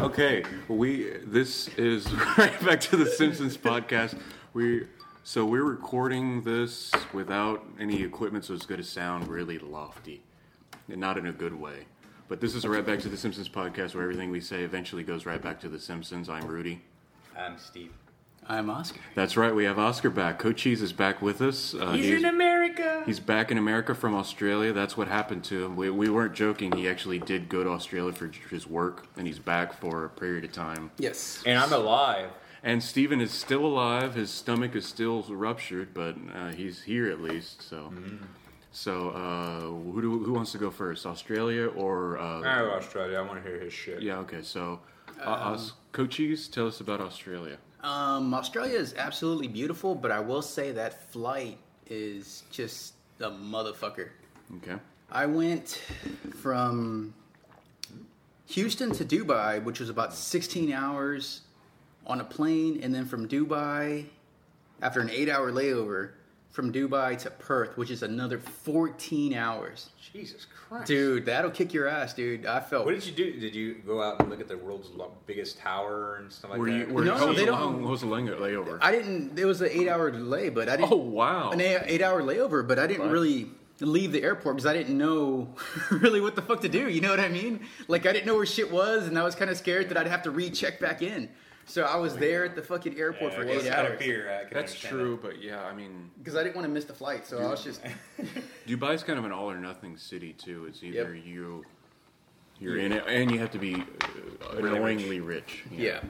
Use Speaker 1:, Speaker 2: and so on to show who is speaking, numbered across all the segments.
Speaker 1: Okay, we this is right back to the Simpsons podcast. We so we're recording this without any equipment, so it's going to sound really lofty, and not in a good way. But this is right back to the Simpsons podcast, where everything we say eventually goes right back to the Simpsons. I'm Rudy.
Speaker 2: I'm Steve.
Speaker 3: I'm Oscar.
Speaker 1: That's right. We have Oscar back. Cochise is back with us. Uh,
Speaker 2: America.
Speaker 1: He's back in America from Australia. That's what happened to him. We, we weren't joking. He actually did go to Australia for his work, and he's back for a period of time.
Speaker 3: Yes.
Speaker 2: And I'm alive.
Speaker 1: And Steven is still alive. His stomach is still ruptured, but uh, he's here at least. So, so uh, who do, who wants to go first? Australia or uh,
Speaker 2: I love Australia. I want to hear his shit.
Speaker 1: yeah? Okay, so uh, Os- Cochise, tell us about Australia.
Speaker 3: Um, Australia is absolutely beautiful, but I will say that flight is just a motherfucker.
Speaker 1: Okay,
Speaker 3: I went from Houston to Dubai, which was about 16 hours on a plane, and then from Dubai, after an eight hour layover, from Dubai to Perth, which is another 14 hours.
Speaker 2: Jesus Christ.
Speaker 3: Dude, that'll kick your ass, dude. I felt.
Speaker 2: What did you do? Did you go out and look at the world's lo- biggest tower and stuff like
Speaker 1: were you?
Speaker 2: that?
Speaker 1: Were
Speaker 3: No,
Speaker 1: how was
Speaker 3: they
Speaker 1: the-
Speaker 3: don't-
Speaker 1: how long was the lang- layover?
Speaker 3: I didn't. It was an eight-hour delay, but I didn't.
Speaker 1: Oh, wow.
Speaker 3: An eight, eight-hour layover, but I didn't
Speaker 1: Right.
Speaker 3: really leave the airport because I didn't know really what the fuck to do. You know what I mean? Like I didn't know where shit was, and I was kind of scared that I'd have to recheck back in. So I was there at the fucking airport for eight hours
Speaker 1: That's true, but yeah, I mean,
Speaker 3: because I didn't want to miss the flight. So I was just
Speaker 1: Dubai's kind of an all or nothing city too. It's either you you're in it, and you have to be uh, annoyingly rich. you know?
Speaker 3: yeah.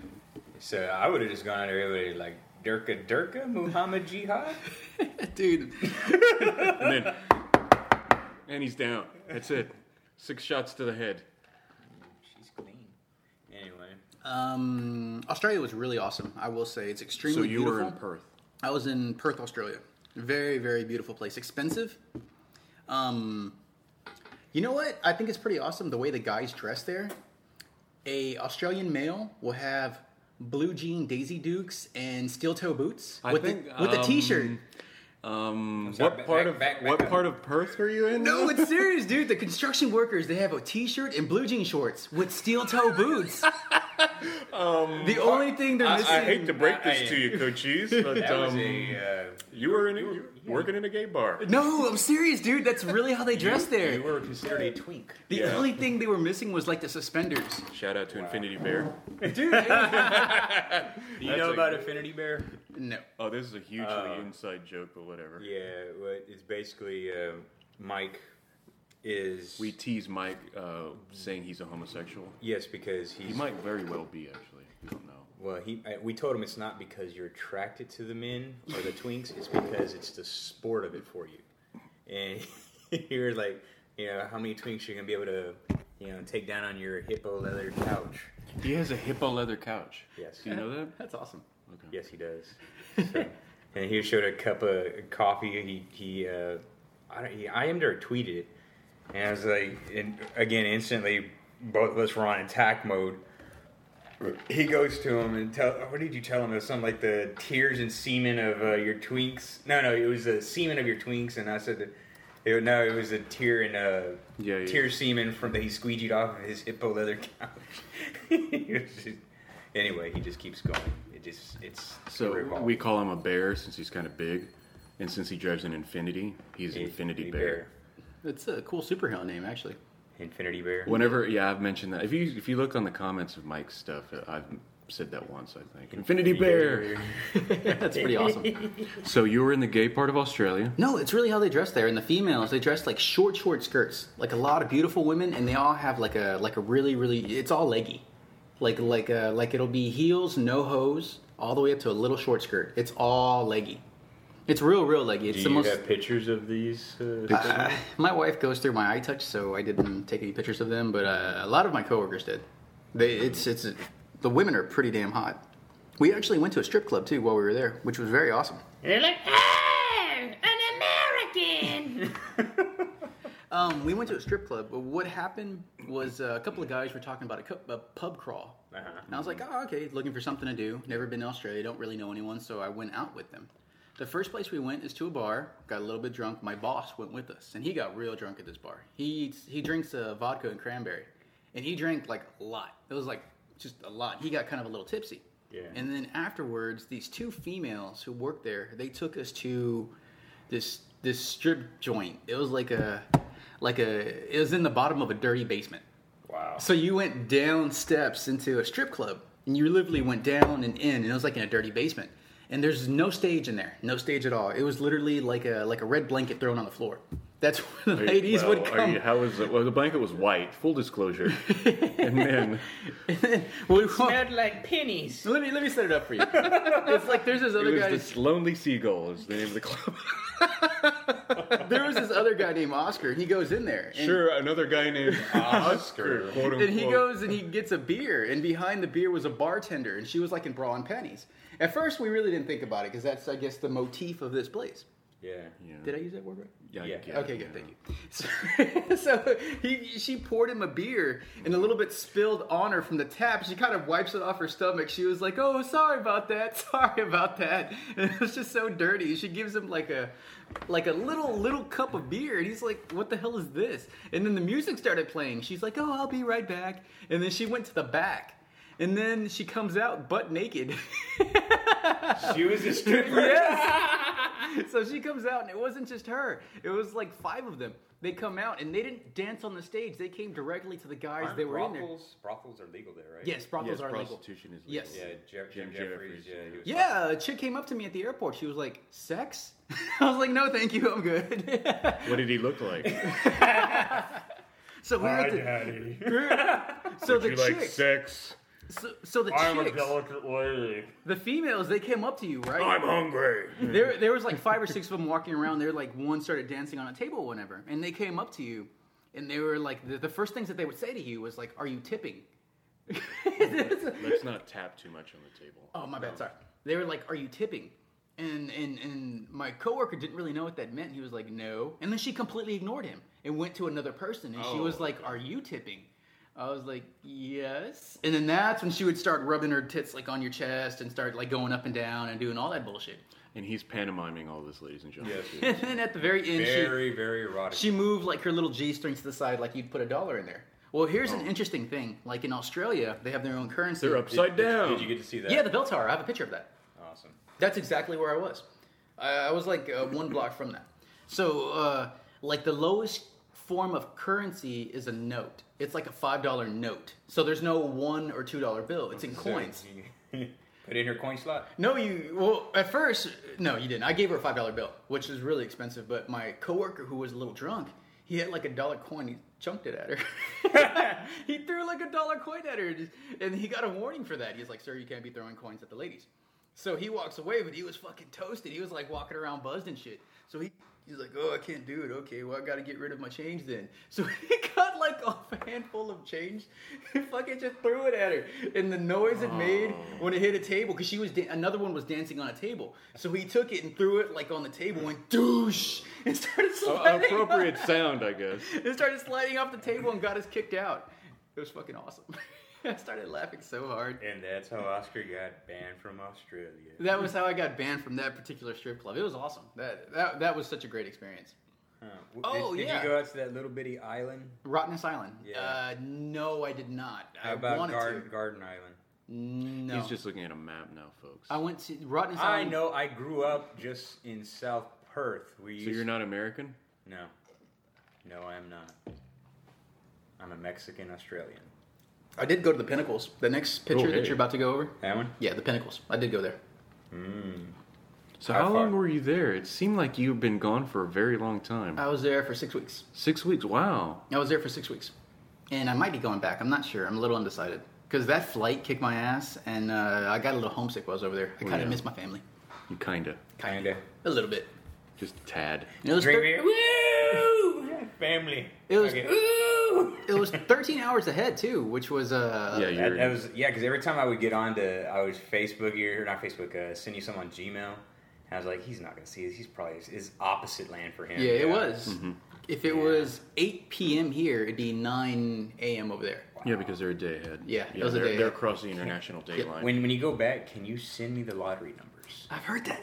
Speaker 2: So I would have just gone out there with like Durka Durka Muhammad Jihad.
Speaker 3: Dude,
Speaker 1: And then, and he's down. That's it. Six shots to the head.
Speaker 2: She's clean. Anyway,
Speaker 3: um, Australia was really awesome. I will say it's extremely.
Speaker 1: So you were
Speaker 3: beautiful.
Speaker 1: in Perth.
Speaker 3: I was in Perth, Australia. Very, very beautiful place. Expensive. Um, you know what? I think it's pretty awesome the way the guys dress there. A Australian male will have blue jean Daisy Dukes and steel toe boots
Speaker 1: I
Speaker 3: with
Speaker 1: think,
Speaker 3: a, with a
Speaker 1: um,
Speaker 3: t-shirt.
Speaker 1: Um,
Speaker 2: sorry,
Speaker 1: what
Speaker 2: back-
Speaker 1: part
Speaker 2: back-
Speaker 1: of
Speaker 2: back- back
Speaker 1: what
Speaker 2: up.
Speaker 1: part of Perth are you in?
Speaker 3: No, it's serious, dude. The construction workers they have a t-shirt and blue jean shorts with steel toe boots. the only thing they're
Speaker 2: I- I
Speaker 3: missing.
Speaker 1: Um, I hate to break
Speaker 2: I-
Speaker 1: this to you, Cochise, but
Speaker 2: that was
Speaker 1: um,
Speaker 2: a. Uh,
Speaker 1: you were in a, you were
Speaker 2: yeah.
Speaker 1: working in a gay bar.
Speaker 3: no, I'm serious, dude. That's really how they dress there.
Speaker 2: you were considered a twink.
Speaker 3: the
Speaker 1: yeah.
Speaker 3: only thing they were missing was like the suspenders.
Speaker 1: Shout out to Infinity Bear.
Speaker 2: Do you
Speaker 1: That's
Speaker 2: know
Speaker 1: a
Speaker 2: about
Speaker 1: good-
Speaker 2: Affinity Bear?
Speaker 3: No.
Speaker 1: Oh, this is a hugely
Speaker 2: Uh,
Speaker 1: inside joke, but whatever.
Speaker 2: Yeah, well, it's basically uh, Mike is
Speaker 1: We tease Mike uh, saying he's a homosexual.
Speaker 2: yes because he's
Speaker 1: He might very well be, actually. We don't know.
Speaker 2: well he I, we told him it's not because you're attracted to the men or the twinks it's because it's the sport of it for you and you're like you know how many twinks you're gonna be able to you know take down on your hippo leather couch
Speaker 1: He has a hippo leather couch.
Speaker 2: yes
Speaker 1: Do you know that?
Speaker 3: That's awesome.
Speaker 1: Okay.
Speaker 2: yes he does so, and he showed a cup of coffee he he uh, I don't he IM'd or tweeted it and I was like and again instantly both of us were on attack mode he goes to him and tell what did you tell him it was something like the tears and semen of uh, your twinks no no it was the semen of your twinks and I said that it, no it was a tear and uh
Speaker 1: Yeah, yeah.
Speaker 2: tear semen from that he squeegeed off of his hippo leather couch He was just- anyway he just keeps going it just it's
Speaker 1: So
Speaker 2: revolving.
Speaker 1: we call him a bear since he's kind of big, and since he drives an Infinity, he's Infinity Bear.
Speaker 3: That's a cool superhero name, actually.
Speaker 2: Infinity Bear.
Speaker 1: Whenever, yeah, I've mentioned that. If you if you look on the comments of Mike's stuff, uh, I've said that once, I think. Infinity, bear.
Speaker 3: That's pretty awesome.
Speaker 1: So you were in the gay part of Australia.
Speaker 3: No, it's really how they dress there. And the females, they dress like short, short skirts. Like a lot of beautiful women, and they all have like a like a really, really. It's all leggy. Like like uh, like it'll be heels, no hose, all the way up to a little short skirt. It's all leggy. It's real, real leggy. It's
Speaker 2: Do
Speaker 3: the
Speaker 2: you
Speaker 3: most.
Speaker 2: have pictures of these? Uh,
Speaker 3: Uh, my wife goes through my eye touch, so I didn't take any pictures of them, but uh, a lot of my coworkers did. They, it's, it's, the women are pretty damn hot. We actually went to a strip club too while we were there, which was very awesome.
Speaker 4: And they're like, hey, an American!
Speaker 3: Um, we went to a strip club, but what happened was uh, a couple of guys were talking about a, cu- a pub crawl. And I was like, oh, okay, looking for something to do. Never been to Australia, don't really know anyone, so I went out with them. The first place we went is to a bar. Got a little bit drunk. My boss went with us, and he got real drunk at this bar. He eats, he drinks uh, vodka and cranberry, and he drank like a lot. It was like just a lot. He got kind of a little tipsy.
Speaker 2: Yeah.
Speaker 3: And then afterwards, these two females who worked there, they took us to this this strip joint. It was like a like a it was in the bottom of a dirty basement.
Speaker 2: Wow.
Speaker 3: So you went down steps into a strip club, and you literally went down and in, and it was like in a dirty basement. And there's no stage in there, no stage at all. It was literally like a like a red blanket thrown on the floor. That's where the ladies
Speaker 1: Well,
Speaker 3: would
Speaker 1: are
Speaker 3: come.
Speaker 1: you- how was it? Well, the blanket was white. Full disclosure. and then
Speaker 3: We-
Speaker 4: Smelled like pennies.
Speaker 3: let me let me set it up for you. it's like there's this
Speaker 1: it
Speaker 3: other
Speaker 1: was
Speaker 3: guy.
Speaker 1: this lonely seagull is the name of the club.
Speaker 3: There was this other guy named Oscar, and he goes in there. And,
Speaker 1: sure, another guy named Oscar. quote
Speaker 3: And he
Speaker 1: unquote.
Speaker 3: goes and he gets a beer, and behind the beer was a bartender, and she was like in bra and panties. At first, we really didn't think about it because that's, I guess, the motif of this place.
Speaker 2: Yeah.
Speaker 3: Did I use that word right?
Speaker 1: Yeah.
Speaker 2: Yeah.
Speaker 1: yeah.
Speaker 3: Okay, good. Thank you. So, so he, she poured him a beer, and a little bit spilled on her from the tap. She kind of wipes it off her stomach. She was like, "Oh, sorry about that. Sorry about that." And it was just so dirty. She gives him like a, like a little little cup of beer, and he's like, "What the hell is this?" And then the music started playing. She's like, "Oh, I'll be right back." And then she went to the back. And then she comes out butt naked.
Speaker 2: She was a stripper.
Speaker 3: Yes. so she comes out, and it wasn't just her. It was like five of them. They come out, and they didn't dance on the stage. They came directly to the guys
Speaker 2: Aren't
Speaker 3: they were in there.
Speaker 2: brothels, brothels are legal there, right?
Speaker 3: Yes,
Speaker 1: Yes,
Speaker 3: brothels are legal.
Speaker 1: prostitution is legal.
Speaker 3: Yes.
Speaker 2: Yeah, Jeff, Jim,
Speaker 1: Jim Jeffries,
Speaker 2: Jeffries. Yeah, he was
Speaker 3: Yeah, a chick came up to me at the airport. She was like, "Sex?" I was like, "No, thank you. I'm good."
Speaker 1: What did he look like?
Speaker 3: so we were at the,
Speaker 2: daddy.
Speaker 3: so the
Speaker 1: you like
Speaker 3: chick,
Speaker 1: sex?
Speaker 3: so, so the chicks,
Speaker 2: delicate lady.
Speaker 3: the females, they came up to you, right?
Speaker 1: I'm hungry.
Speaker 3: there, there was like five or six of them walking around. They're like one started dancing on a table, whenever, and they came up to you, and they were like the, the first things that they would say to you was like, "Are you tipping?"
Speaker 1: Let's not tap too much on the table.
Speaker 3: oh my bad, sorry. They were like, "Are you tipping?" And and and my coworker didn't really know what that meant. He was like, "No," and then she completely ignored him and went to another person, and she was like, "Are you tipping?" I was like, "Yes," and then that's when she would start rubbing her tits like on your chest and start like going up and down and doing all that bullshit.
Speaker 1: And he's pantomiming all this, ladies and gentlemen.
Speaker 2: Yes.
Speaker 1: too.
Speaker 3: And then at the very end, she
Speaker 2: Very, very erotic.
Speaker 3: She moved like her little G string to the side, like you'd put a dollar in there. Well, here's an interesting thing. Like in Australia, they have their own currency.
Speaker 1: They're upside down.
Speaker 2: Did you get to see that?
Speaker 3: Yeah, the bell tower. I have a picture of that.
Speaker 2: Awesome.
Speaker 3: That's exactly where I was. I, I was like uh, one block from that. So, uh, like the lowest form of currency is a note. It's like a five dollar note. So there's no one or two dollar bill. It's in
Speaker 2: So
Speaker 3: coins.
Speaker 2: you- Put in your coin slot.
Speaker 3: No, you. Well, at first, no, you didn't. I gave her a five dollar bill, which is really expensive. But my coworker, who was a little drunk, he had like a dollar coin. He chunked it at her. he threw like a dollar coin at her, and he got a warning for that. He's like, "Sir, you can't be throwing coins at the ladies." So he walks away, but he was fucking toasted. He was like walking around buzzed and shit. So he. He's like, oh, I can't do it. Okay, well, I gotta get rid of my change then. So he got like a handful of change and fucking just threw it at her. And the noise it made
Speaker 1: Oh.
Speaker 3: when it hit a table, because she was, da- another one was dancing on a table. So he took it and threw it like on the table and douche and started
Speaker 1: A-
Speaker 3: sliding,
Speaker 1: appropriate sound, I guess.
Speaker 3: and started sliding off the table and got us kicked out. It was fucking awesome. I started laughing so hard.
Speaker 2: And that's how Oscar got banned from Australia.
Speaker 3: That was how I got banned from that particular strip club. It was awesome. That, that, that was such a great experience.
Speaker 2: Huh. W-
Speaker 3: Oh,
Speaker 2: did,
Speaker 3: yeah.
Speaker 2: Did you go out to that little bitty island?
Speaker 3: Rottenness Island.
Speaker 2: Yeah.
Speaker 3: Uh, no, I did not.
Speaker 2: How
Speaker 3: I
Speaker 2: about
Speaker 3: wanted
Speaker 2: Garden,
Speaker 3: to.
Speaker 2: Garden Island?
Speaker 3: No.
Speaker 1: He's just looking at a map now, folks.
Speaker 3: I went to Rottenness
Speaker 2: I
Speaker 3: Island.
Speaker 2: know. I grew up just in South Perth. We
Speaker 1: so you're not American?
Speaker 2: No. No, I am not. I'm a Mexican Australian.
Speaker 3: I did go to the Pinnacles. The next
Speaker 2: Oh,
Speaker 3: picture
Speaker 1: hey.
Speaker 3: that you're about to go over.
Speaker 2: That one?
Speaker 3: Yeah, the Pinnacles. I did go there.
Speaker 1: So
Speaker 3: Oh.
Speaker 2: How
Speaker 1: how,
Speaker 2: far?
Speaker 1: long were you there? It seemed like you've been gone for a very long time.
Speaker 3: I was there for six weeks.
Speaker 1: Six weeks. Wow.
Speaker 3: I was there for six weeks, and I might be going back. I'm not sure. I'm a little undecided because that flight kicked my ass, and uh, I got a little homesick while I was over there. I kind of
Speaker 1: yeah.
Speaker 3: missed my family
Speaker 1: You kinda.
Speaker 2: Oh, Kinda.
Speaker 3: a little bit.
Speaker 1: Just a tad.
Speaker 3: And it was
Speaker 2: Drink
Speaker 3: thir-
Speaker 2: beer. Woo! Family.
Speaker 3: It was-
Speaker 2: Woo!
Speaker 3: it was 13 hours ahead too, which was uh
Speaker 1: yeah,
Speaker 2: That,
Speaker 1: you're.
Speaker 2: that was yeah, because every time I would get on to I was Facebook or not Facebook, uh, send you some on Gmail. And I was like, he's not gonna see this. He's probably it's, it's opposite land for him.
Speaker 3: Yeah, it was.
Speaker 1: Mm-hmm.
Speaker 3: If it was 8 p.m. here, it'd be 9 a.m. over there.
Speaker 1: yeah, because they're a day ahead.
Speaker 3: Yeah, it was a
Speaker 1: they're,
Speaker 3: day
Speaker 1: they're
Speaker 3: ahead.
Speaker 1: across the international date line.
Speaker 2: When when you go back, can you send me the lottery numbers?
Speaker 3: I've heard that.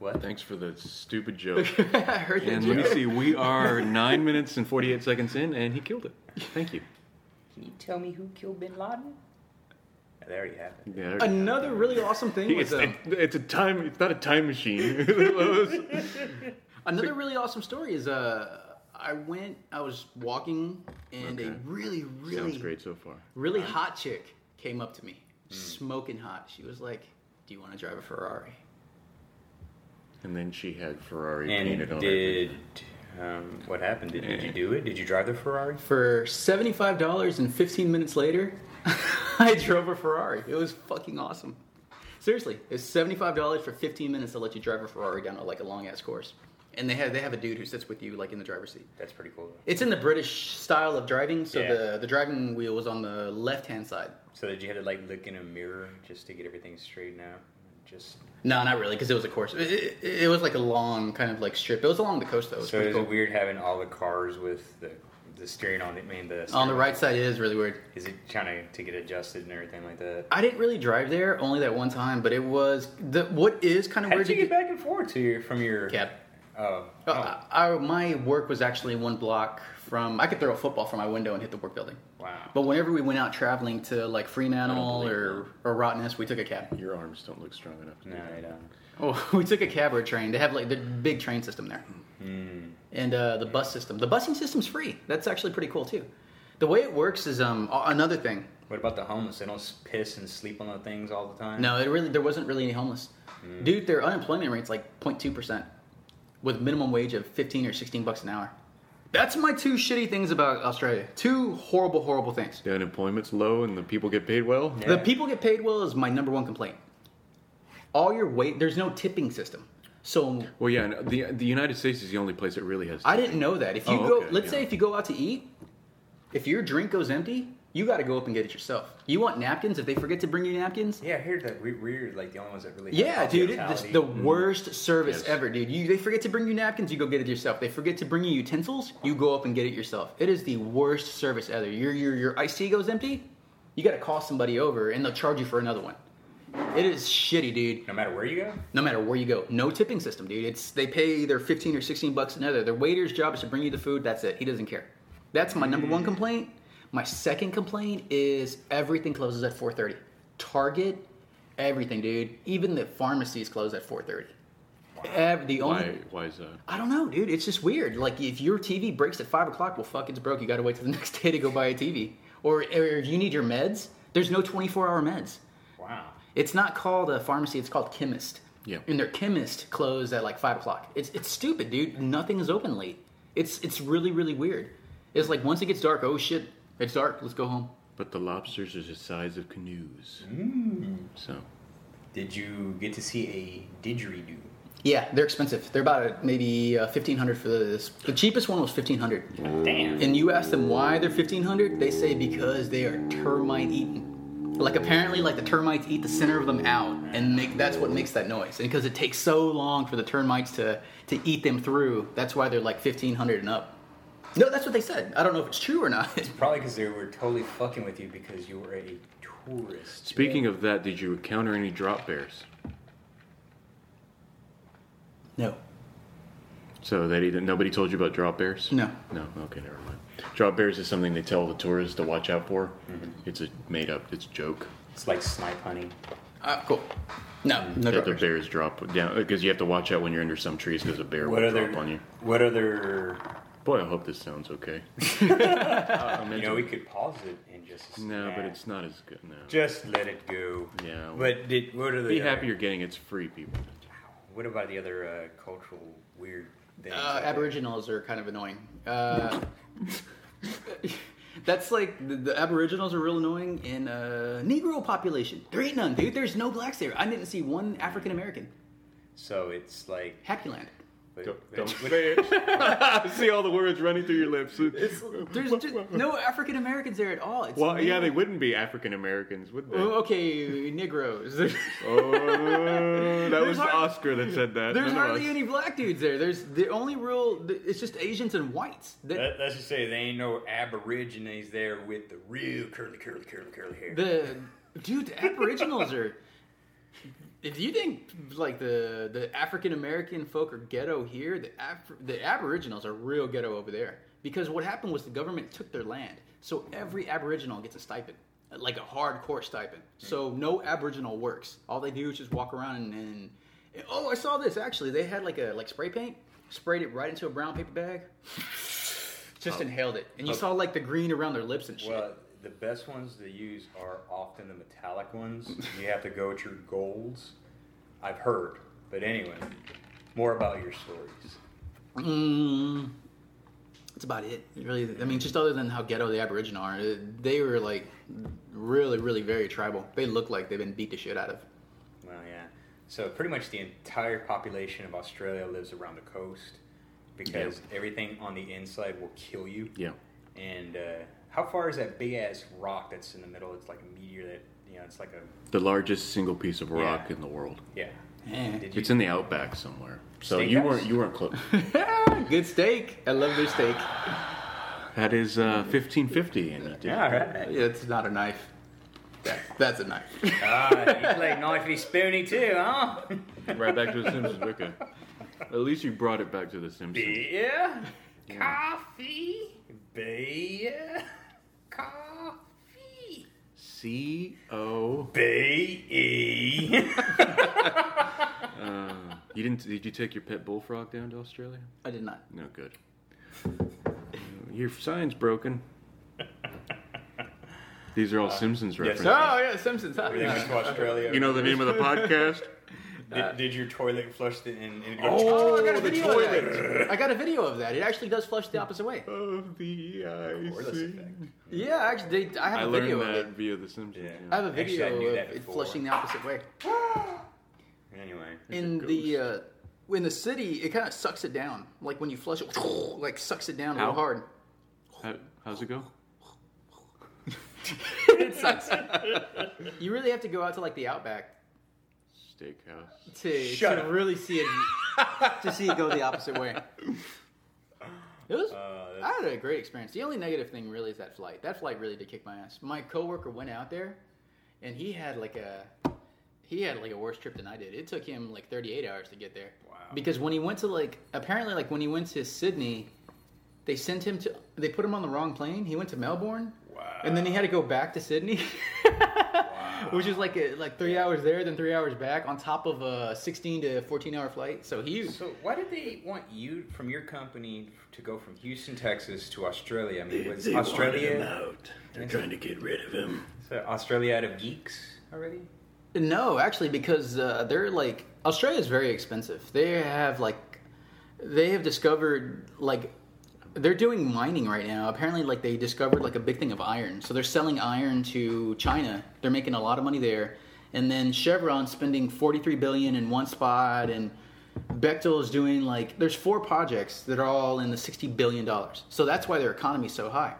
Speaker 2: What?
Speaker 1: Thanks for the stupid joke.
Speaker 3: I heard that.
Speaker 1: And let me see, we are nine minutes and 48 seconds in, and he killed it. Thank you.
Speaker 2: Can you tell me who killed Bin Laden? That already happened.
Speaker 1: Yeah.
Speaker 3: Another really awesome thing
Speaker 1: It's,
Speaker 3: was uh,
Speaker 1: it's a time. It's not a time machine.
Speaker 3: another really awesome story is uh, I went, I was walking, and a
Speaker 1: Okay.
Speaker 3: really, really
Speaker 1: Sounds great Hmm. so far.
Speaker 3: really hot chick came up to me, smoking hot. She was like, "Do you want to drive a Ferrari?"
Speaker 1: And then she had Ferrari painted
Speaker 2: And
Speaker 1: on her.
Speaker 2: did um, what happened? Did, did you do it? Did you drive the Ferrari?
Speaker 3: For seventy-five dollars and fifteen minutes later, I drove a Ferrari. It was fucking awesome. Seriously, it's seventy-five dollars for fifteen minutes to let you drive a Ferrari down a, like a long ass course, and they have they have a dude who sits with you like in the driver's seat.
Speaker 2: That's pretty cool. Though.
Speaker 3: It's in the British style of driving, so
Speaker 2: Yeah.
Speaker 3: the the driving wheel was on the left hand side.
Speaker 2: So did you have to like look in a mirror just to get everything straightened out? Just
Speaker 3: No, not really, because it was a course. It, it, it was like a long kind of like strip. It was along the coast though. It was
Speaker 2: so
Speaker 3: pretty
Speaker 2: is
Speaker 3: cool.
Speaker 2: it weird having all the cars with the the steering on the I mean the
Speaker 3: On the
Speaker 2: steering-
Speaker 3: right side, it is really weird.
Speaker 2: Is it trying to, to get adjusted and everything like that?
Speaker 3: I didn't really drive there, only that one time, but it was the what is kind of
Speaker 2: How
Speaker 3: weird.
Speaker 2: did you
Speaker 3: to
Speaker 2: get back and forth to your from your
Speaker 3: Cab.
Speaker 2: Oh,
Speaker 3: do- Uh, I, my work was actually one block from. I could throw a football from my window and hit the work building.
Speaker 2: Wow.
Speaker 3: But whenever we went out traveling to like Fremantle
Speaker 1: believe
Speaker 3: or or Rottnest, we took a cab.
Speaker 1: Your arms don't look strong enough. To
Speaker 2: no, um,
Speaker 1: do
Speaker 2: I
Speaker 1: that.
Speaker 2: don't.
Speaker 3: Oh, we took a cab or a train. They have like the big train system there, and uh, the bus system. The busing system's free. That's actually pretty cool too. The way it works is um a- another thing.
Speaker 2: What about the homeless? They don't s- piss and sleep on the things all the time.
Speaker 3: No, it really there wasn't really any homeless.
Speaker 1: Mm.
Speaker 3: Dude, their unemployment rate's like 0.2 percent, with minimum wage of 15 or 16 bucks an hour. That's my two shitty things about Australia. Two horrible, horrible things.
Speaker 1: The unemployment's low and the people get paid well.
Speaker 2: Yeah.
Speaker 3: The people get paid well is my number one complaint. All your weight, there's no tipping system. So
Speaker 1: Well, yeah. And the the United States is the only place that really has.
Speaker 3: I didn't know that. If you
Speaker 1: Oh,
Speaker 3: go,
Speaker 1: okay,
Speaker 3: let's
Speaker 1: yeah.
Speaker 3: say if you go out to eat, if your drink goes empty, you got to go up and get it yourself. You want napkins? If they forget to bring you napkins,
Speaker 2: Yeah, I heard that we, we're like the only ones that really. have
Speaker 3: Yeah, dude, it, this,
Speaker 2: hospitality.
Speaker 3: the worst service
Speaker 1: Yes.
Speaker 3: ever, dude. You, they forget to bring you napkins, you go get it yourself. They forget to bring you utensils, you go up and get it yourself. It is the worst service ever. Your your your iced tea goes empty, you got to call somebody over, and they'll charge you for another one. It is shitty, dude.
Speaker 2: no matter where you go.
Speaker 3: No matter where you go, no tipping system, dude. It's they pay either fifteen or sixteen bucks another. Their waiter's job is to bring you the food. That's it. He doesn't care. That's my number one complaint. My second complaint is everything closes at four thirty. Target, everything, dude. Even the pharmacies close at four thirty. The only
Speaker 1: Why? Why is that?
Speaker 3: I don't know, dude. It's just weird. Like if your TV breaks at five o'clock, well, fuck, it's broke. You got to wait till the next day to go buy a TV. Or, or if you need your meds, there's no twenty-four hour meds.
Speaker 2: Wow.
Speaker 3: It's not called a pharmacy. It's called chemist.
Speaker 1: Yeah.
Speaker 3: And their chemist closed at like five o'clock. It's it's stupid, dude. Nothing is open late. It's it's really really weird. It's like once it gets dark, oh shit, it's dark. Let's go home.
Speaker 1: But the lobsters are the size of canoes.
Speaker 2: Mm.
Speaker 1: So
Speaker 2: Did you get to see a didgeridoo?
Speaker 3: Yeah, they're expensive. They're about uh, maybe uh, fifteen hundred for this. The cheapest one was fifteen hundred.
Speaker 2: Damn.
Speaker 3: And you ask them why they're fifteen hundred, they say because they are termite eaten. Like apparently, like the termites eat the center of them out, and make, that's what makes that noise. And because it takes so long for the termites to to eat them through, that's why they're like fifteen hundred and up. No, that's what they said. I don't know if it's true or not.
Speaker 2: Probably because they were totally fucking with you because you were a tourist.
Speaker 1: speaking of that, did you encounter any drop bears?
Speaker 3: no,
Speaker 1: So that either nobody told you about drop bears?
Speaker 3: no.
Speaker 1: No. Okay, never mind. Drop bears is something they tell the tourists to watch out for. It's a made up. It's a joke.
Speaker 2: It's like snipe hunting.
Speaker 3: Uh, cool. No, no.
Speaker 1: that the
Speaker 3: drivers.
Speaker 1: bears drop down because you have to watch out when you're under some trees because a bear
Speaker 2: What
Speaker 1: will
Speaker 2: other?
Speaker 1: drop on you.
Speaker 2: What other?
Speaker 1: Boy, I hope this sounds okay.
Speaker 2: You know, we could pause it and just.
Speaker 1: No, but
Speaker 2: Nah.
Speaker 1: it's not as good. No,
Speaker 2: Just let it go.
Speaker 1: Yeah.
Speaker 2: But did what are the
Speaker 1: be
Speaker 2: other-
Speaker 1: happy you're getting it's free, people.
Speaker 2: What about the other uh, cultural weird things?
Speaker 3: Uh, Aboriginals are kind of annoying. Uh, that's like the, the Aboriginals are real annoying in uh, Negro population. There ain't none, dude. There's no blacks there. I didn't see one African American.
Speaker 2: So it's like
Speaker 3: Happy Land.
Speaker 2: but-
Speaker 1: Don't,
Speaker 2: but-
Speaker 1: don't
Speaker 2: but-
Speaker 1: say it. I see all the words running through your lips.
Speaker 3: There's ju- no African Americans there at all. It's
Speaker 1: well, yeah,
Speaker 3: Negro-
Speaker 1: they wouldn't be African Americans, would they?
Speaker 3: Oh, okay, Negroes. There's
Speaker 1: Oh, that was
Speaker 3: har-
Speaker 1: Oscar that said that. none of
Speaker 3: hardly
Speaker 1: us.
Speaker 3: any black dudes there. There's the only real. It's just Asians and whites. That-
Speaker 2: Let- Let's just say they ain't no aborigines there with the real curly, curly, curly, curly hair.
Speaker 3: The dude, the Aboriginals are. If you think like the the African American folk are ghetto here, the Af- the Aboriginals are real ghetto over there. Because what happened was the government took their land, so every Aboriginal gets a stipend. like a hardcore stipend. So no Aboriginal works. All they do is just walk around and, and and- oh, I saw this actually. They had like a like spray paint, sprayed it right into a brown paper bag, just inhaled it, and you saw like the green around their lips and shit.
Speaker 2: Well, the best ones they use are often the metallic ones. you have to go through golds. I've heard, but anyway, more about your stories.
Speaker 3: Mm, that's about it. Really, I mean, just other than how ghetto the Aboriginal are, uh, they were like really, really very tribal. They look like they've been beat the shit out of.
Speaker 2: Well, yeah. So pretty much the entire population of Australia lives around the coast because everything on the inside will kill you.
Speaker 1: Yeah.
Speaker 2: And uh, how far is that big ass rock that's in the middle? It's like a meteor that you know. It's like a
Speaker 1: The largest single piece of rock
Speaker 2: Yeah.
Speaker 1: in the world.
Speaker 2: yeah.
Speaker 3: Yeah.
Speaker 2: Did you,
Speaker 1: It's in the outback somewhere. So
Speaker 2: Steakhouse?
Speaker 1: you weren't you weren't close.
Speaker 3: Good steak. I love their steak.
Speaker 1: that is uh, fifteen fifty in it. dude.
Speaker 2: yeah, all right.
Speaker 3: Yeah, it's not a knife. That, that's a knife.
Speaker 2: Ah, you play knifey spoony too, huh?
Speaker 1: Right back to the Simpsons. Okay. At least you brought it back to the Simpsons.
Speaker 2: Yeah.
Speaker 4: Coffee.
Speaker 2: Beer.
Speaker 4: Coffee.
Speaker 1: C O.
Speaker 2: B-E.
Speaker 1: uh, You didn't? Did you take your pet bullfrog down to Australia?
Speaker 3: I did not.
Speaker 1: No good. Your sign's broken. These are all Simpsons references.
Speaker 3: Oh yeah, Simpsons. Huh?
Speaker 2: You went to Australia.
Speaker 1: You know the name of the podcast?
Speaker 2: did, did your toilet flush the and, and go,
Speaker 3: Uh, Oh, I got a
Speaker 1: the
Speaker 3: video of that. I got a video of that. It actually does flush the opposite way.
Speaker 1: Of the
Speaker 2: Wireless effect.
Speaker 3: Yeah, actually, they, I have
Speaker 1: I
Speaker 3: a
Speaker 1: learned
Speaker 3: video
Speaker 1: that
Speaker 3: of it.
Speaker 1: via the Simpsons.
Speaker 2: Yeah.
Speaker 1: yeah.
Speaker 3: I have a
Speaker 2: Actually,
Speaker 3: video
Speaker 2: I knew
Speaker 3: of
Speaker 2: that
Speaker 3: it
Speaker 2: before.
Speaker 3: flushing the opposite way.
Speaker 2: Anyway.
Speaker 3: in
Speaker 1: it
Speaker 3: the uh, in the city, it kind of sucks it down. Like when you flush it, like sucks it down real
Speaker 1: How?
Speaker 3: hard.
Speaker 1: How, how's it go?
Speaker 3: It sucks. you really have to go out to like the outback
Speaker 1: Steakhouse.
Speaker 3: to,
Speaker 2: Shut
Speaker 3: to
Speaker 2: up.
Speaker 3: really see it to see it go the opposite way. It was.
Speaker 2: Uh,
Speaker 3: I had a great experience. The only negative thing really is that flight. That flight really did kick my ass. My coworker went out there, and he had like a he had like a worse trip than I did. It took him like 38 hours to get there.
Speaker 2: Wow.
Speaker 3: Because when he went to like apparently like when he went to Sydney, they sent him to they put him on the wrong plane. He went to Melbourne.
Speaker 2: Wow.
Speaker 3: And then he had to go back to Sydney. Which is like a, like three hours there, then three hours back, on top of a 16 to 14 hour flight. So he
Speaker 2: So why did they want you from your company to go from Houston, Texas to Australia? I mean, was Australia
Speaker 1: out. They're trying to get rid of him.
Speaker 2: so Australia out of geeks already?
Speaker 3: No, actually, because uh, they're like Australia is very expensive. They have like they have discovered like they're doing mining right now. Apparently, like they discovered like a big thing of iron, so they're selling iron to China. They're making a lot of money there, and then Chevron spending forty three billion in one spot, and Bechtel is doing like there's four projects that are all in the sixty billion dollars. So that's why their economy's so high.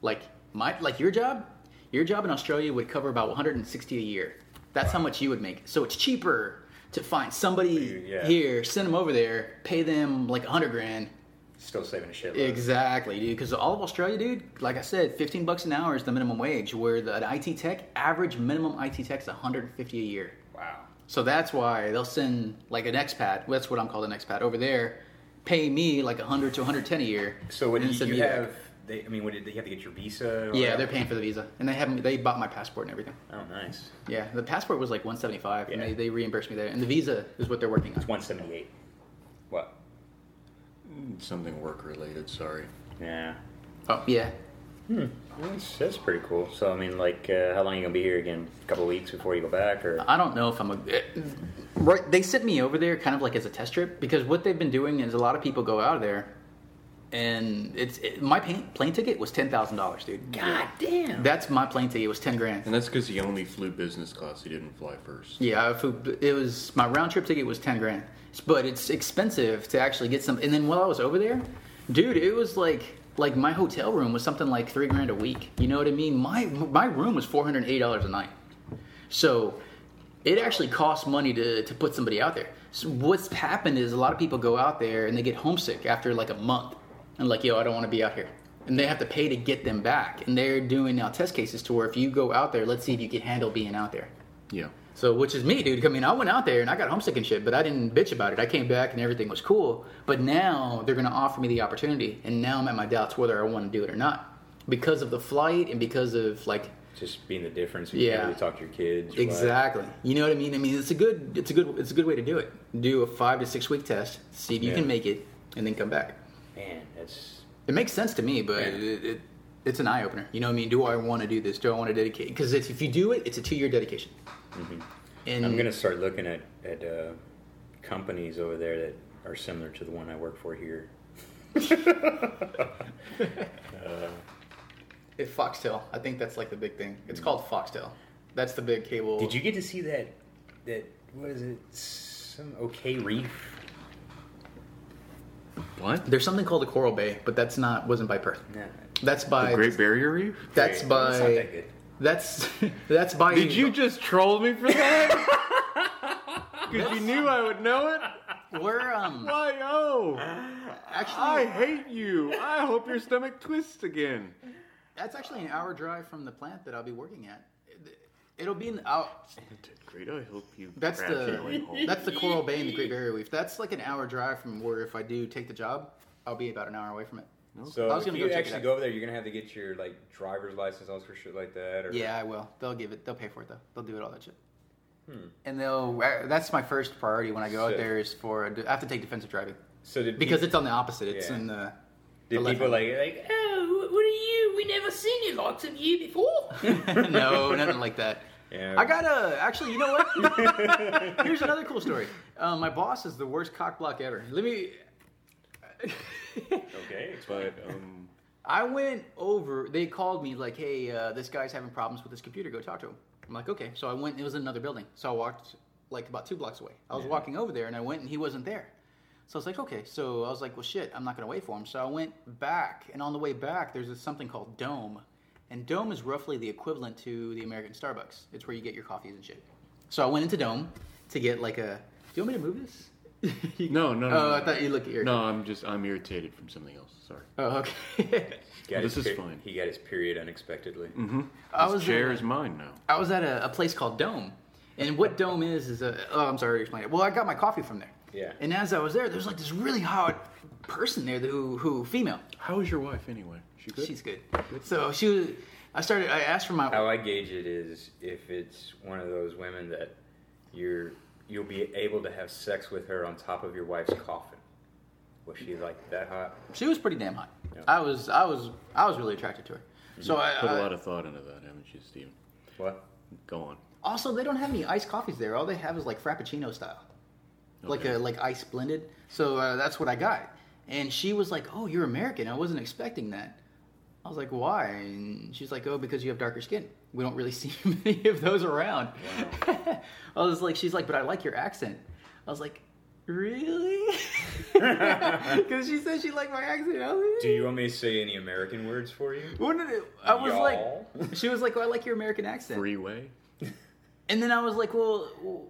Speaker 3: Like my like your job, your job in Australia would cover about 160 a year. That's how much you would make. So it's cheaper to find somebody
Speaker 2: Yeah.
Speaker 3: here, send them over there, pay them like 100 grand.
Speaker 2: Still saving a shitload.
Speaker 3: Exactly, dude. Because all of Australia, dude, like I said, 15 bucks an hour is the minimum wage. Where the an IT tech average minimum IT tech is 150 a year.
Speaker 2: Wow.
Speaker 3: So that's why they'll send like an expat. That's what I'm called an expat over there. Pay me like 100 to 110 a year.
Speaker 2: So what
Speaker 3: and
Speaker 2: do
Speaker 3: send
Speaker 2: you
Speaker 3: me back.
Speaker 2: have? They, I mean, what did they have to get your visa? Or
Speaker 3: Yeah, they're paying for the visa, and they haven't. They bought my passport and everything.
Speaker 2: Oh, nice.
Speaker 3: Yeah, the passport was like 175, and
Speaker 2: Yeah.
Speaker 3: they, they reimbursed me there. And the visa is what they're working on.
Speaker 2: One seventy-eight. What?
Speaker 1: Something work related, sorry.
Speaker 2: Yeah.
Speaker 3: Oh yeah,
Speaker 2: That's, that's pretty cool. So I mean, like, uh, how long you gonna be here again? A couple of weeks before you go back, or
Speaker 3: I don't know if I'm a. eh, Right, they sent me over there kind of like as a test trip because what they've been doing is a lot of people go out of there, and it's it, my plane, plane ticket was ten thousand dollars, dude.
Speaker 4: God damn.
Speaker 3: That's my plane ticket was ten grand.
Speaker 1: And that's because he only flew business class. He didn't fly first.
Speaker 3: Yeah, if it- it was my round trip ticket was ten grand, but it's expensive to actually get some. And then while I was over there, dude, it was like like my hotel room was something like three grand a week. You know what I mean? My my room was four hundred eight dollars a night, so it actually costs money to to put somebody out there. So what's happened is a lot of people go out there and they get homesick after like a month, and like yo, I don't want to be out here. And they have to pay to get them back. And they're doing now test cases to where if you go out there, let's see if you can handle being out there.
Speaker 1: Yeah.
Speaker 3: So, which is me, dude. I mean, I went out there and I got homesick and shit, but I didn't bitch about it. I came back and everything was cool. But now they're going to offer me the opportunity, and now I'm at my doubts whether I want to do it or not because of the flight and because of like
Speaker 2: just being the difference. You
Speaker 3: Yeah.
Speaker 2: yeah, really talk to your kids. your wife.
Speaker 3: Exactly. You know what I mean? I mean, it's a good, it's a good, it's a good way to do it. Do a five to six week test, see if you
Speaker 2: Yeah.
Speaker 3: can make it, and then come back.
Speaker 2: Man, that's
Speaker 3: It makes sense to me, but
Speaker 2: Yeah.
Speaker 3: it, it, it's an eye opener. You know what I mean? Do I want to do this? Do I want to dedicate? Because if you do it, it's a two year dedication. And
Speaker 2: mm-hmm. I'm gonna start looking at at uh, companies over there that are similar to the one I work for here.
Speaker 3: It, Foxtel. I think that's like the big thing. It's called Foxtel. That's the big cable.
Speaker 2: Did you get to see that? That what is it? Some okay reef?
Speaker 1: What?
Speaker 3: There's something called the Coral Bay, but that's not wasn't by Perth.
Speaker 2: Nah,
Speaker 3: That's by
Speaker 1: The Great Barrier Reef?
Speaker 3: that's
Speaker 2: great.
Speaker 3: by
Speaker 2: It's not that good.
Speaker 3: that's that's by
Speaker 1: Did you just troll me for that? Because you knew I would know it?
Speaker 3: We're um
Speaker 1: Why, oh!
Speaker 3: actually
Speaker 1: I hate you. I hope your stomach twists again.
Speaker 3: that's actually an hour drive from the plant that I'll be working at. It- It'll be an out.
Speaker 1: Great, I hope you.
Speaker 3: That's the
Speaker 1: graduate.
Speaker 3: that's the Coral Bay and the Great Barrier Reef. That's like an hour drive from where if I do take the job, I'll be about an hour away from it.
Speaker 2: So
Speaker 3: I was gonna
Speaker 2: if
Speaker 3: go
Speaker 2: you
Speaker 3: check it
Speaker 2: actually
Speaker 3: out.
Speaker 2: go over there, you're gonna have to get your like driver's license, all sorts of shit like that. Or,
Speaker 3: Yeah, I will. They'll give it. They'll pay for it though. They'll do it all that shit. And they'll. uh, That's my first priority when I go out
Speaker 2: Hmm. Sick.
Speaker 3: there is for I have to take defensive driving
Speaker 2: So did
Speaker 3: because
Speaker 2: peop-
Speaker 3: it's on the opposite. It's
Speaker 2: Yeah.
Speaker 3: in the.
Speaker 2: did
Speaker 3: the left
Speaker 2: people
Speaker 3: one.
Speaker 2: like like
Speaker 4: Oh, wh- what are you? We never seen you likes of you before.
Speaker 3: no, nothing like that.
Speaker 2: Yeah.
Speaker 3: I got to actually. You know what? Here's another cool story. Um, my boss is the worst cock block ever. Let me.
Speaker 2: okay, explain.
Speaker 1: But um,
Speaker 3: I went over. They called me like, "Hey, uh, this guy's having problems with his computer. Go talk to him." I'm like, "Okay." So I went. It was in another building. So I walked like about two blocks away. I was walking over there, and I went, and he wasn't there. So I was like, "Okay." So I was like, "Well, shit, I'm not gonna wait for him." So I went back, and on the way back, there's this something called Dome, and Dome is roughly the equivalent to the American Starbucks. It's where you get your coffees and shit. So I went into Dome to get like a. Do you want me to move this?
Speaker 1: no, no, no.
Speaker 3: Oh,
Speaker 1: no,
Speaker 3: I thought you looked at your.
Speaker 1: No, I'm just I'm irritated from something else. Sorry.
Speaker 3: Oh, okay.
Speaker 2: Got
Speaker 1: This
Speaker 2: his
Speaker 1: is
Speaker 2: pe-
Speaker 1: fine. Mm-hmm.
Speaker 2: He got his period unexpectedly.
Speaker 3: I
Speaker 1: This
Speaker 3: was
Speaker 1: chair
Speaker 3: uh,
Speaker 1: is mine now.
Speaker 3: I was at a, a place called Dome, and what Dome is is a. Oh, I'm sorry to explain it. Well, I got my coffee from there.
Speaker 2: Yeah.
Speaker 3: And as I was there, there was like this really hot person there who who female.
Speaker 1: How is your wife anyway? She good?
Speaker 3: She's good. So she was. I started. I asked for my.
Speaker 2: How I gauge it is if it's one of those women that you're you'll be able to have sex with her on top of your wife's coffin. Was she like that hot?
Speaker 3: She was pretty damn hot.
Speaker 2: Yeah.
Speaker 3: I was. I was. I was really attracted to her. So I,
Speaker 1: Put
Speaker 3: I-
Speaker 1: a lot of thought into that, haven't you, Steven?
Speaker 2: What?
Speaker 1: Go on.
Speaker 3: also they don't have any iced coffees there. All they have is like frappuccino style, like
Speaker 1: Okay.
Speaker 3: a like ice blended. So uh, that's what I got. And she was like, "Oh, you're American. I wasn't expecting that." I was like, "Why?" And she's like, "Oh, because you have darker skin. We don't really see many of those around." I was like, "She's like, but I like your accent." I was like, "Really?" Because she said she liked my accent. I was like,
Speaker 2: Do you want me to say any American words for you?
Speaker 3: What did it- I was
Speaker 2: Y'all?
Speaker 3: like, she was like, oh, I like your American accent.
Speaker 1: Freeway.
Speaker 3: And then I was like, well, well,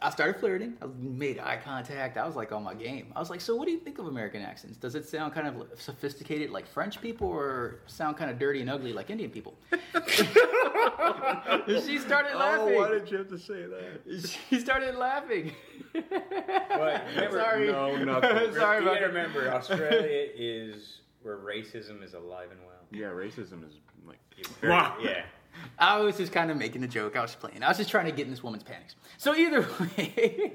Speaker 3: I started flirting. I made eye contact. I was like on my game. I was like, so what do you think of American accents? Does it sound kind of sophisticated like French people or sound kind of dirty and ugly like Indian people? And she
Speaker 1: Oh,
Speaker 3: started laughing.
Speaker 1: you have to say that?
Speaker 3: she started laughing.
Speaker 2: But remember,
Speaker 3: Sorry.
Speaker 1: No, nothing.
Speaker 3: Sorry
Speaker 2: you gotta
Speaker 3: about that.
Speaker 2: remember, Australia is where racism is alive and well.
Speaker 1: Yeah, racism is like.
Speaker 2: It's very-
Speaker 1: Wow.
Speaker 2: Yeah.
Speaker 3: I was just kind of making a joke. I was playing. I was just trying to get in this woman's panties. So either way,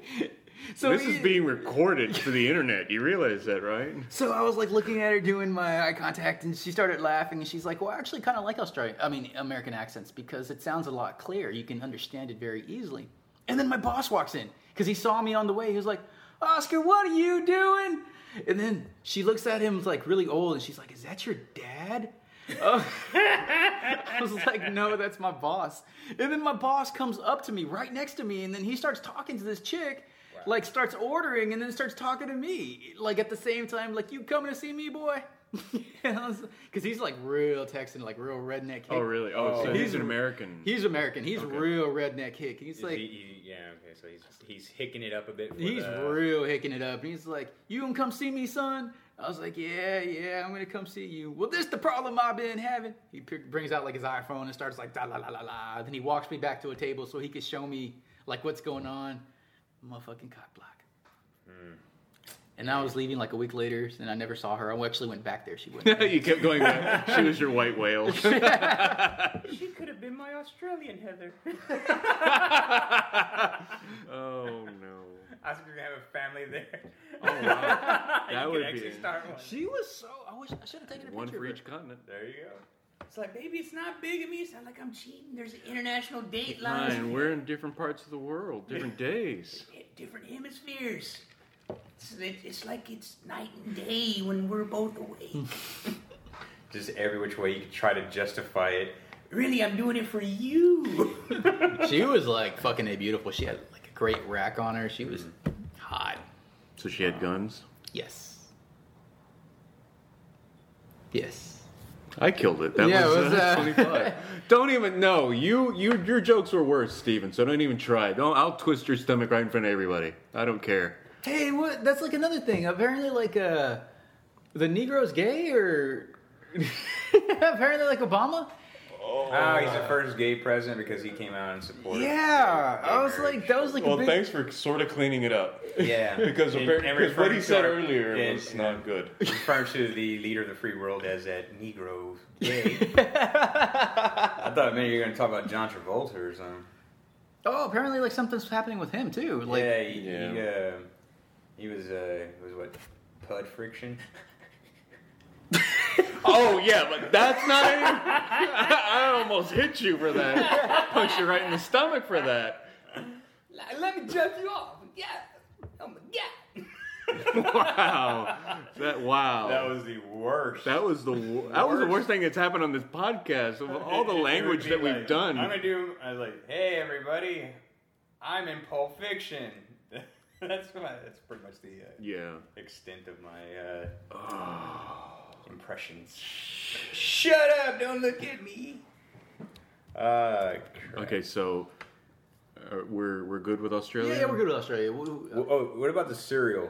Speaker 3: so
Speaker 1: This is
Speaker 3: e-
Speaker 1: being recorded for the internet. You realize that, right?
Speaker 3: So I was like looking at her doing my eye contact, and she started laughing. And she's like, "Well, I actually kind of like Australian, I mean American accents, because it sounds a lot clearer. You can understand it very easily." And then my boss walks in because he saw me on the way. He was like, "Oscar, what are you doing?" And then she looks at him like really old, and she's like, "Is that your dad?" Oh. I was like, "No, that's my boss." And then my boss comes up to me right next to me, and then he starts talking to this chick like starts ordering and then starts talking to me like at the same time like you coming to see me boy because he's like real texan like real redneck hick.
Speaker 1: Oh, really? Oh, so
Speaker 2: Oh.
Speaker 1: he's, an American.
Speaker 3: he's american he's real redneck hick he's
Speaker 2: Is
Speaker 3: like
Speaker 2: he- he- yeah, okay, so he's he's hicking it up a bit. for
Speaker 3: he's
Speaker 2: the-
Speaker 3: real hicking it up and he's like you gonna come see me son i was like yeah yeah i'm gonna come see you well this the problem i've been having he p- brings out like his iphone and starts like da la la la la then he walks me back to a table so he Hmm. could show me like what's going on motherfucking cock block And I was leaving like a week later, and I never saw her. I actually went back there. She went.
Speaker 1: you kept going back. She was your white whale.
Speaker 2: She could have been my Australian Heather.
Speaker 1: oh no.
Speaker 2: I was gonna have a family there.
Speaker 1: Oh wow.
Speaker 2: You
Speaker 1: That
Speaker 2: could
Speaker 1: would
Speaker 2: actually
Speaker 1: be
Speaker 2: start one.
Speaker 3: she was so. I wish I should have taken a
Speaker 1: one
Speaker 3: picture.
Speaker 1: for
Speaker 3: of her.
Speaker 1: each continent.
Speaker 2: There you go.
Speaker 4: It's like, baby, it's not bigamy. It's not like I'm cheating. There's an international date
Speaker 1: Ryan,
Speaker 4: line.
Speaker 1: we're in different parts of the world, different days.
Speaker 4: Different hemispheres. It's, it, it's like it's night and day when we're both awake.
Speaker 2: Just every which way you could try to justify it.
Speaker 4: really, I'm doing it for you.
Speaker 3: She was like fucking a beautiful. She had like a great rack on her. She was
Speaker 1: Hmm.
Speaker 3: hot.
Speaker 1: So she had guns.
Speaker 3: Yes. Yes.
Speaker 1: I killed it. That
Speaker 3: Yeah,
Speaker 1: was,
Speaker 3: it was,
Speaker 1: uh,
Speaker 3: uh,
Speaker 1: 25. don't even know. You you your jokes were worse, Steven, so don't even try. Don't I'll twist your stomach right in front of everybody. I don't care.
Speaker 3: Hey, what? That's like another thing. Apparently, like uh, the Negro's gay, or apparently, like Obama.
Speaker 2: Oh, he's the first gay president because he came out in support. of
Speaker 3: Yeah,
Speaker 2: gay
Speaker 3: I was
Speaker 2: marriage.
Speaker 3: like, that was like a big.
Speaker 1: for sort of cleaning it up.
Speaker 2: Yeah. And- and referring to our- and- and
Speaker 1: good.
Speaker 2: Referring to the leader of the free world as that Negro. Gay. I thought maybe you were going to talk about John Travolta or something.
Speaker 3: Oh, apparently, like something's happening with him too. Like,
Speaker 2: yeah, he, He,
Speaker 1: Yeah.
Speaker 2: uh, he was, uh, was what, pud friction?
Speaker 1: Oh yeah, but that's not. Even, I, I almost hit you for that. Punched you right in the stomach for that.
Speaker 4: Like, let me jump you off. Yeah. Oh my God.
Speaker 1: Wow. That wow.
Speaker 2: That was the worst.
Speaker 1: That was the wo- that was the worst thing that's happened on this podcast of all the
Speaker 2: It- it would
Speaker 1: language
Speaker 2: be
Speaker 1: that we've
Speaker 2: like,
Speaker 1: done.
Speaker 2: I'm gonna do. I was like, "Hey, everybody, I'm in Pulp Fiction." that's my. That's pretty much the uh,
Speaker 1: Yeah.
Speaker 2: extent of my uh, impressions. Shut up! Don't look at me. Uh, crap.
Speaker 1: Okay, so uh, we're we're good with Australia.
Speaker 3: yeah, yeah, we're good with Australia. We- we-
Speaker 2: W- Oh, what about the cereal?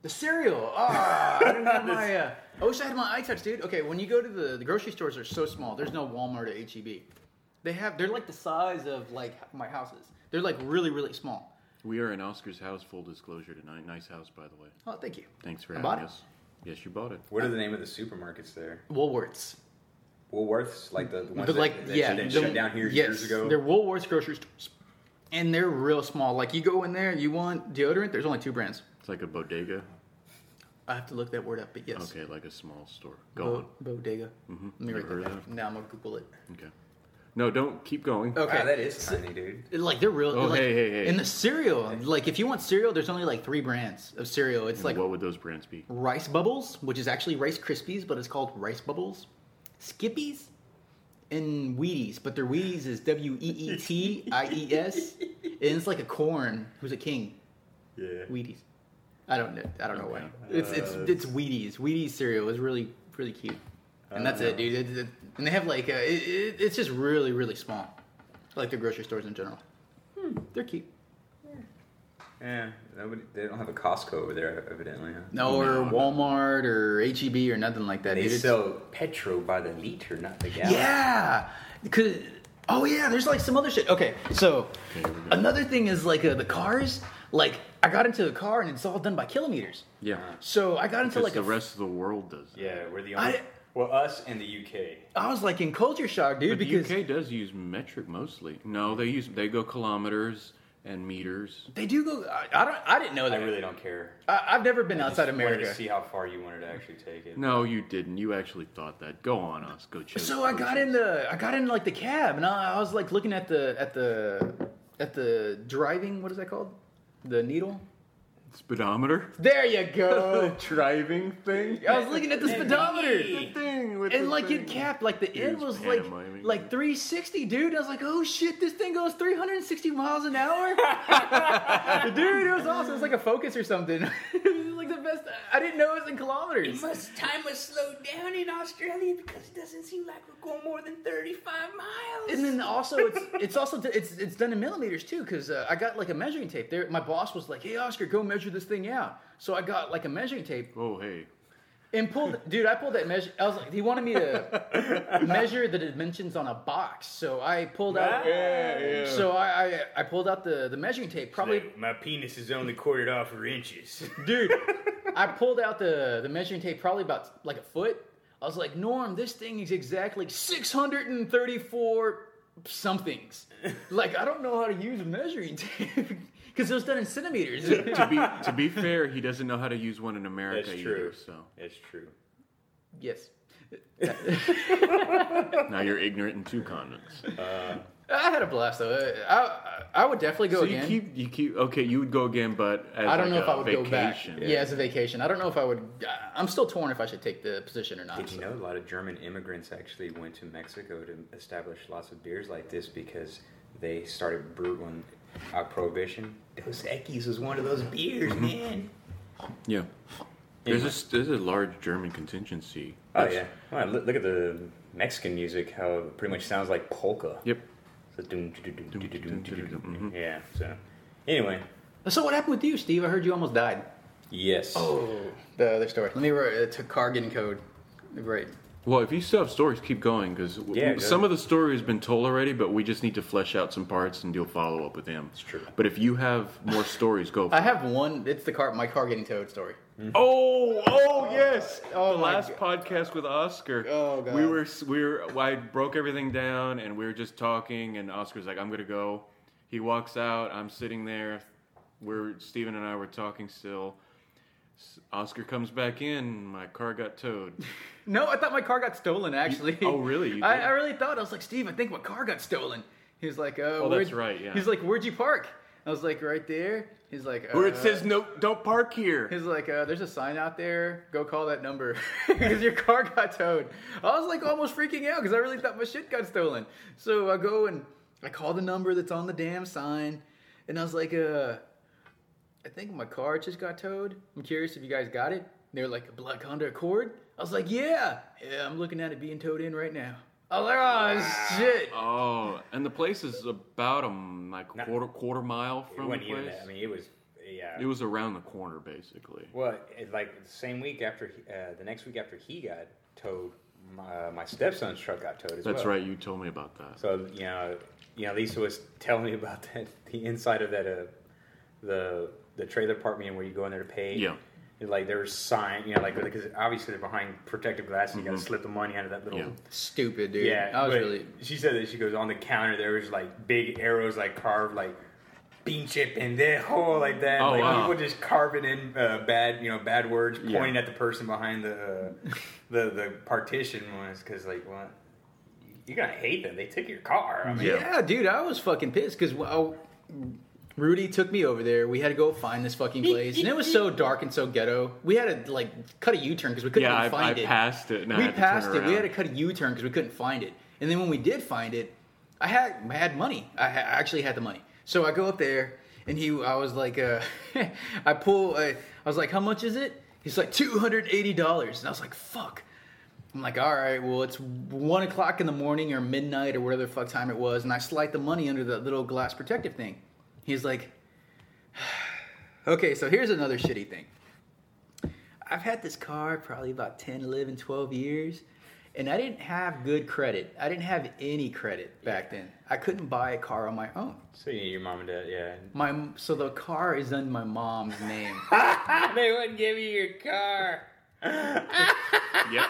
Speaker 3: The cereal. Ah, I didn't have my. Uh, I wish I had my eye touch, dude. Okay, when you go to the, the grocery stores, they're so small. There's no Walmart or HEB. They have. They're like the size of like my houses. They're like really, really small.
Speaker 1: We are in Oscar's house. Full disclosure tonight. Nice house, by the way.
Speaker 3: Oh, thank you.
Speaker 1: Thanks for
Speaker 3: I
Speaker 1: having
Speaker 3: bought
Speaker 1: us. Yes, you bought it.
Speaker 2: What are the name of the supermarkets there?
Speaker 3: Woolworths.
Speaker 2: Woolworths, like the, the ones
Speaker 3: But
Speaker 2: that,
Speaker 3: like,
Speaker 2: that
Speaker 3: yeah,
Speaker 2: shut- that
Speaker 3: the-
Speaker 2: shut down here
Speaker 3: yes,
Speaker 2: years ago.
Speaker 3: They're Woolworths grocery stores, and they're real small. Like you go in there, you want deodorant. There's only two brands.
Speaker 1: It's like a bodega.
Speaker 3: I have to look that word up, but yes. Uh-huh.
Speaker 1: Okay, like a small store. Go
Speaker 3: Bo-
Speaker 1: on.
Speaker 3: bodega. Let me write
Speaker 1: Never
Speaker 3: that
Speaker 1: heard
Speaker 3: down.
Speaker 1: of
Speaker 3: Now I'm gonna Google it.
Speaker 1: Okay. No, don't keep going.
Speaker 3: Okay,
Speaker 2: Wow, that is tiny, dude.
Speaker 3: Like they're real.
Speaker 1: Oh,
Speaker 3: like,
Speaker 1: hey, hey, hey.
Speaker 3: And the cereal, like if you want cereal, there's only like three brands of cereal. It's like
Speaker 1: what would those brands be?
Speaker 3: Rice Bubbles, which is actually Rice Krispies, but it's called Rice Bubbles. Skippies and Wheaties, but their Wheaties is W E E T I E S, and it's like a corn. Who's a king?
Speaker 2: Yeah.
Speaker 3: Wheaties. I don't know. I don't know why.
Speaker 1: Okay.
Speaker 3: It's it's
Speaker 2: Uh,
Speaker 3: it's Wheaties. Wheaties cereal is really really cute, and that's it, dude. It- it- and they have like a, it, it- it's just really really small, like the grocery stores in general.
Speaker 1: Hmm.
Speaker 3: They're cute.
Speaker 2: Yeah, nobody, they don't have a Costco over there, evidently. Huh?
Speaker 3: No, or Walmart or HEB or nothing like that.
Speaker 2: They
Speaker 3: dude. It's-
Speaker 2: sell petrol by the liter, not the gallon.
Speaker 3: Yeah. Cause oh yeah, there's like some other shit. Okay, so
Speaker 1: Okay, here we go.
Speaker 3: another thing is like uh, the cars. Like I got into a car and it's all done by kilometers.
Speaker 1: Yeah.
Speaker 3: So I got into
Speaker 1: Because
Speaker 3: like
Speaker 1: the
Speaker 3: a
Speaker 1: rest of the world does. That.
Speaker 2: Yeah, we're the
Speaker 3: I-
Speaker 2: only. well, us and the UK.
Speaker 3: I was like in culture shock, dude.
Speaker 1: But
Speaker 3: because
Speaker 1: the UK does use metric mostly. No, they use they go kilometers and meters.
Speaker 3: they do go. I, I don't. I didn't know
Speaker 2: I
Speaker 3: that.
Speaker 2: really don't care.
Speaker 3: I, I've never been outside
Speaker 2: Just wanted
Speaker 3: America.
Speaker 2: to see how far you wanted to actually take it.
Speaker 1: No, you didn't. You actually thought that. Go on, us. Go check.
Speaker 3: So I got in the I got in like the cab and I, I was like looking at the at the at the driving. What is that called? The needle.
Speaker 1: speedometer.
Speaker 3: There you
Speaker 1: the
Speaker 3: go.
Speaker 1: driving thing.
Speaker 3: I was looking at the speedometer.
Speaker 1: The thing with
Speaker 3: and
Speaker 1: the
Speaker 3: like
Speaker 1: thing.
Speaker 3: it capped like the end
Speaker 1: Dude's
Speaker 3: was like
Speaker 1: pantomiming.
Speaker 3: like 360 dude i was like oh shit this thing goes 360 miles an hour dude it was awesome it was like a focus or something it was like the best i didn't know it was in kilometers
Speaker 4: Must time must slow down in Australia because it doesn't seem like we're going more than 35 miles.
Speaker 3: and then also it's it's also it's it's done in millimeters too because uh, i got like a measuring tape there my boss was like hey oscar go measure this thing out so i got like a measuring tape
Speaker 1: Oh hey.
Speaker 3: and pulled dude i pulled that measure i was like he wanted me to measure the dimensions on a box so i pulled out
Speaker 1: Yeah, yeah.
Speaker 3: So I, I I pulled out the, the measuring tape. Probably,
Speaker 2: my penis is only quartered off for inches.
Speaker 3: dude, I pulled out the, the measuring tape probably about like a foot. I was like, Norm, this thing is exactly 634 somethings. Like, I don't know how to use measuring tape because it was done in centimeters.
Speaker 1: to be to be fair, he doesn't know how to use one in America
Speaker 2: That's
Speaker 1: either.
Speaker 2: true.
Speaker 1: So
Speaker 2: That's true.
Speaker 3: yes.
Speaker 1: now you're ignorant in two continents.
Speaker 3: I had a blast though. I, I, I would definitely go
Speaker 1: So you
Speaker 3: again.
Speaker 1: keep you keep okay. You would go again, but as
Speaker 3: I don't
Speaker 1: like
Speaker 3: know if
Speaker 1: a
Speaker 3: I would go back.
Speaker 1: vacation.
Speaker 3: Yeah. as a vacation. I don't know if I would. I- I'm still torn if I should take the position or not.
Speaker 2: Did you know a lot of German immigrants actually went to Mexico to establish lots of beers like this because they started brewing uh, prohibition? Mm-hmm. Dos Equis was one of those beers, man.
Speaker 1: Yeah. There's this there's a large German contingency.
Speaker 2: Oh yeah. Wow, look, look at the Mexican music. How it pretty much sounds like polka.
Speaker 1: Yep.
Speaker 2: So dun- dun- dun- dun- dun- dun- dun- dun-
Speaker 1: Mhm.
Speaker 2: Yeah. So anyway,
Speaker 3: So what happened with you, Steve? I heard you almost died.
Speaker 2: yes.
Speaker 3: Oh, the other story. Let me write uh, to Cargan code. Right.
Speaker 1: Well, if you still have stories, keep going because
Speaker 2: Yeah, go.
Speaker 1: some of the story has been told already, but we just need to flesh out some parts and do a follow up with him. It's
Speaker 2: true.
Speaker 1: But if you have more stories, go. For
Speaker 3: I have one. It's the car. My car getting towed story.
Speaker 1: it. Oh, oh yes.
Speaker 3: Oh,
Speaker 1: the
Speaker 3: my
Speaker 1: last podcast with Oscar.
Speaker 3: Oh, God.
Speaker 1: We were we were I broke everything down and we were just talking and Oscar's like, "I'm gonna go." He walks out. I'm sitting there. We're Steven and I were talking still. S- Oscar comes back in. My car got towed.
Speaker 3: No, I thought my car got stolen. Actually.
Speaker 1: oh, really? You
Speaker 3: I,
Speaker 1: did?
Speaker 3: I really thought. I was like, Steve, I think my car got stolen. He was like, uh, Oh,
Speaker 1: that's right, yeah.
Speaker 3: He's like, Where'd you park? I was like, Right there. He's like, uh,
Speaker 1: Where it says no, don't park here.
Speaker 3: He's like, uh, there's a sign out there. Go call that number because your car got towed. I was like almost freaking out because I really thought my shit got stolen. So I go and I call the number that's on the damn sign, and I was like, uh, I think my car just got towed. I'm curious if you guys got it. They were like a black Honda Accord. I was like, yeah, yeah. I'm looking at it being towed in right now. I was like, oh shit.
Speaker 1: Oh, and the place is about um like
Speaker 2: Not-
Speaker 1: quarter quarter mile
Speaker 2: It
Speaker 1: from the
Speaker 2: wasn't even
Speaker 1: place.
Speaker 2: that. I mean, it was. Yeah.
Speaker 1: it was around the corner, basically.
Speaker 2: Well, it, like the same week after, he- uh, the next week after he got towed, my, my stepson's truck got towed as well.
Speaker 1: That's right. You told me about that.
Speaker 2: So you know, you know, Lisa was telling me about that the inside of that uh, the the trailer park meeting where you go in there to pay.
Speaker 1: Yeah.
Speaker 2: And, Like there's sign, you know, like because obviously they're behind protective glass, and you gotta slip the money under that little.
Speaker 1: Mm-hmm. Yeah.
Speaker 3: Stupid dude.
Speaker 2: Yeah,
Speaker 3: I was
Speaker 2: but
Speaker 3: really.
Speaker 2: She said that she goes on the counter. There was like big arrows, like carved, like bean chip in their hole, like that.
Speaker 1: Oh,
Speaker 2: like
Speaker 1: wow.
Speaker 2: people just carving in uh, bad, you know, bad words,
Speaker 1: Yeah.
Speaker 2: pointing at the person behind the uh, the the partition was because like what. You're gonna hate them. They took your car. I mean,
Speaker 1: Yeah.
Speaker 3: Yeah, dude, I was fucking pissed because Rudy took me over there. We had to go find this fucking place, and it was so dark and so ghetto. We had to like cut a U-turn because we couldn't
Speaker 1: Yeah,
Speaker 3: even
Speaker 1: I, I
Speaker 3: find it.
Speaker 1: passed it. And I
Speaker 3: we
Speaker 1: had to turn
Speaker 3: passed it. We had to
Speaker 1: around.
Speaker 3: cut a U-turn because we couldn't find it. And then when we did find it, I had I had money. I, ha- I actually had the money. So I go up there, and he, I was like, uh, I pull, I, I was like, how much is it? He's like two hundred eighty dollars, and I was like, fuck. I'm like, all right, well, it's one o'clock in the morning or midnight or whatever the fuck time it was, and I slide the money under that little glass protective thing. He's like, okay, so here's another shitty thing. I've had this car probably about 10, 11, 12 years, and I didn't have good credit. I didn't have any credit back then. I couldn't buy a car on my own.
Speaker 2: So you need your mom and dad, yeah.
Speaker 3: My so the car is in my mom's name.
Speaker 2: they wouldn't give you your car.
Speaker 1: Yep.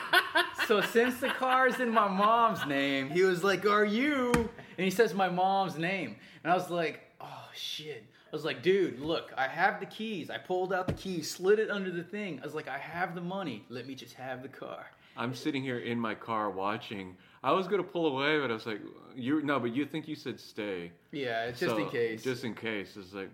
Speaker 3: so since the car's in my mom's name, he was like, "Are you?" And he says my mom's name, and I was like, "Oh shit." I was like, dude, look, I have the keys. I pulled out the keys, slid it under the thing. I was like, I have the money. Let me just have the car.
Speaker 1: I'm sitting here in my car watching. I was gonna pull away, but I was like, "You no," but you think you said stay.
Speaker 3: Yeah, it's just
Speaker 1: So,
Speaker 3: in case.
Speaker 1: Just in case. It's like,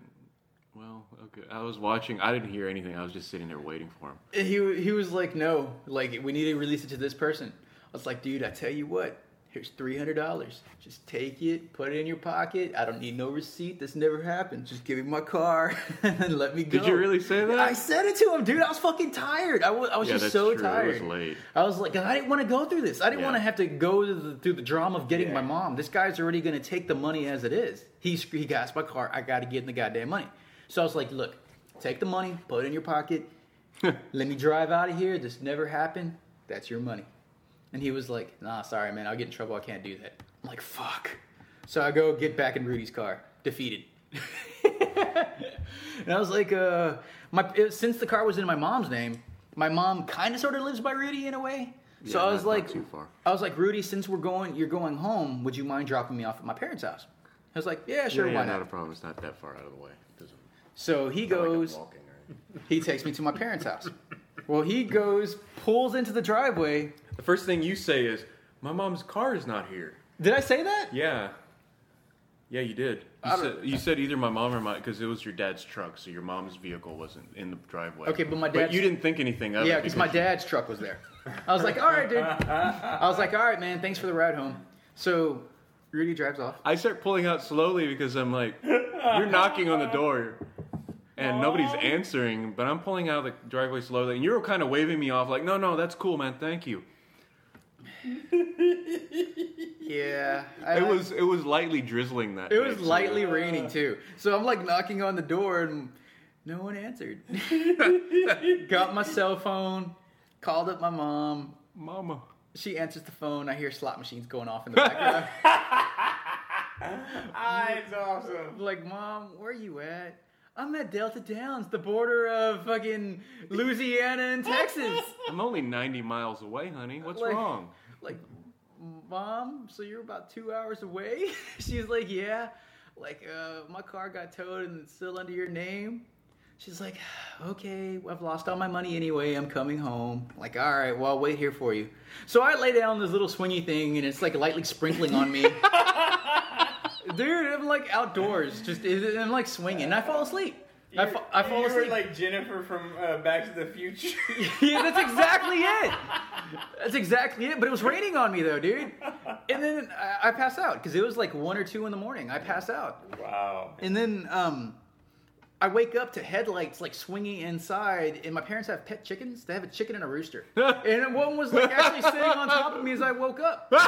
Speaker 1: well, okay. I was watching. I didn't hear anything. I was just sitting there waiting for him.
Speaker 3: And he he was like, no, like we need to release it to this person. I was like, dude, I tell you what, here's three hundred dollars. Just take it, put it in your pocket. I don't need no receipt. This never happened. Just give me my car and let me go.
Speaker 1: Did you really say that?
Speaker 3: I said it to him, dude. I was fucking tired. I wa- I was
Speaker 1: Yeah,
Speaker 3: just
Speaker 1: that's
Speaker 3: so
Speaker 1: true. It was
Speaker 3: tired.
Speaker 1: late.
Speaker 3: I was like, I didn't want to go through this. I didn't
Speaker 1: Yeah.
Speaker 3: want to have to go to the, through the drama of getting
Speaker 2: Yeah.
Speaker 3: my mom. This guy's already going to take the money as it is. He sc- he got my car. I got to give him the goddamn money. So I was like, look, take the money, put it in your pocket. Let me drive out of here. This never happened. That's your money. And he was like, Nah, sorry, man. I'll get in trouble. I can't do that. I'm like, fuck. So I go get back in Rudy's car, defeated. And I was like, uh, my it, since the car was in my mom's name, my mom kind of sort of lives by Rudy in a way. So
Speaker 1: Yeah,
Speaker 3: I was
Speaker 1: not- not
Speaker 3: like,
Speaker 1: too far.
Speaker 3: I was like, Rudy, since we're going, you're going home. Would you mind dropping me off at my parents' house? I was like, yeah, sure,
Speaker 1: yeah, yeah,
Speaker 3: why
Speaker 1: not
Speaker 3: not?
Speaker 1: a problem. It's not that far out of the way. It doesn't-
Speaker 3: So he
Speaker 1: not like I'm
Speaker 3: goes,
Speaker 1: walking or anything.
Speaker 3: he takes me to my parents' house. Well, he goes, pulls into the driveway.
Speaker 1: The first thing you say is, "My mom's car is not here."
Speaker 3: Did I say that?
Speaker 1: Yeah, yeah, you did. You
Speaker 3: I
Speaker 1: said, you said either my mom or my because it was your dad's truck, so your mom's vehicle wasn't in the driveway.
Speaker 3: Okay, but my
Speaker 1: But
Speaker 3: dad's-
Speaker 1: you didn't think anything of it.
Speaker 3: Yeah, because my dad's truck was there. I was like, all right, dude. I was like, all right, man, thanks for the ride home. So Rudy drives off.
Speaker 1: I start pulling out slowly because I'm like, you're knocking on the door. And nobody's answering, but I'm pulling out of the driveway slowly, and you're kind of waving me off, like, "No, no, that's cool, man. Thank you."
Speaker 3: Yeah, I,
Speaker 1: It was it was lightly drizzling that.
Speaker 3: it
Speaker 1: day,
Speaker 3: was
Speaker 1: so-
Speaker 3: lightly raining too. So I'm like knocking on the door and no one answered. Got my cell phone, called up my mom.
Speaker 1: Mama.
Speaker 3: She answers the phone. I hear slot machines going off in the background.
Speaker 2: Ah, it's awesome.
Speaker 3: I'm like, mom, where you at? I'm at Delta Downs, the border of fucking Louisiana and Texas.
Speaker 1: I'm only 90 miles away, honey. What's
Speaker 3: Like-
Speaker 1: wrong?
Speaker 3: like mom so you're about two hours away she's like yeah like uh, my car got towed and it's still under your name she's like okay well, i've lost all my money anyway i'm coming home like all right well i'll wait here for you so i lay down this little swingy thing and it's like lightly sprinkling on me dude i'm like outdoors just i'm like swinging and i fall asleep I, fa- I fall
Speaker 2: you
Speaker 3: asleep
Speaker 2: were like Jennifer from uh, Back to the Future.
Speaker 3: yeah, that's exactly it. That's exactly it. But it was raining on me though, dude. And then I, I pass out because it was like one or two in the morning. I pass out,
Speaker 2: wow.
Speaker 3: and then um, I wake up to headlights like swinging inside. And my parents have pet chickens. They have a chicken and a rooster. And then one was like actually sitting on top of me as I woke up. And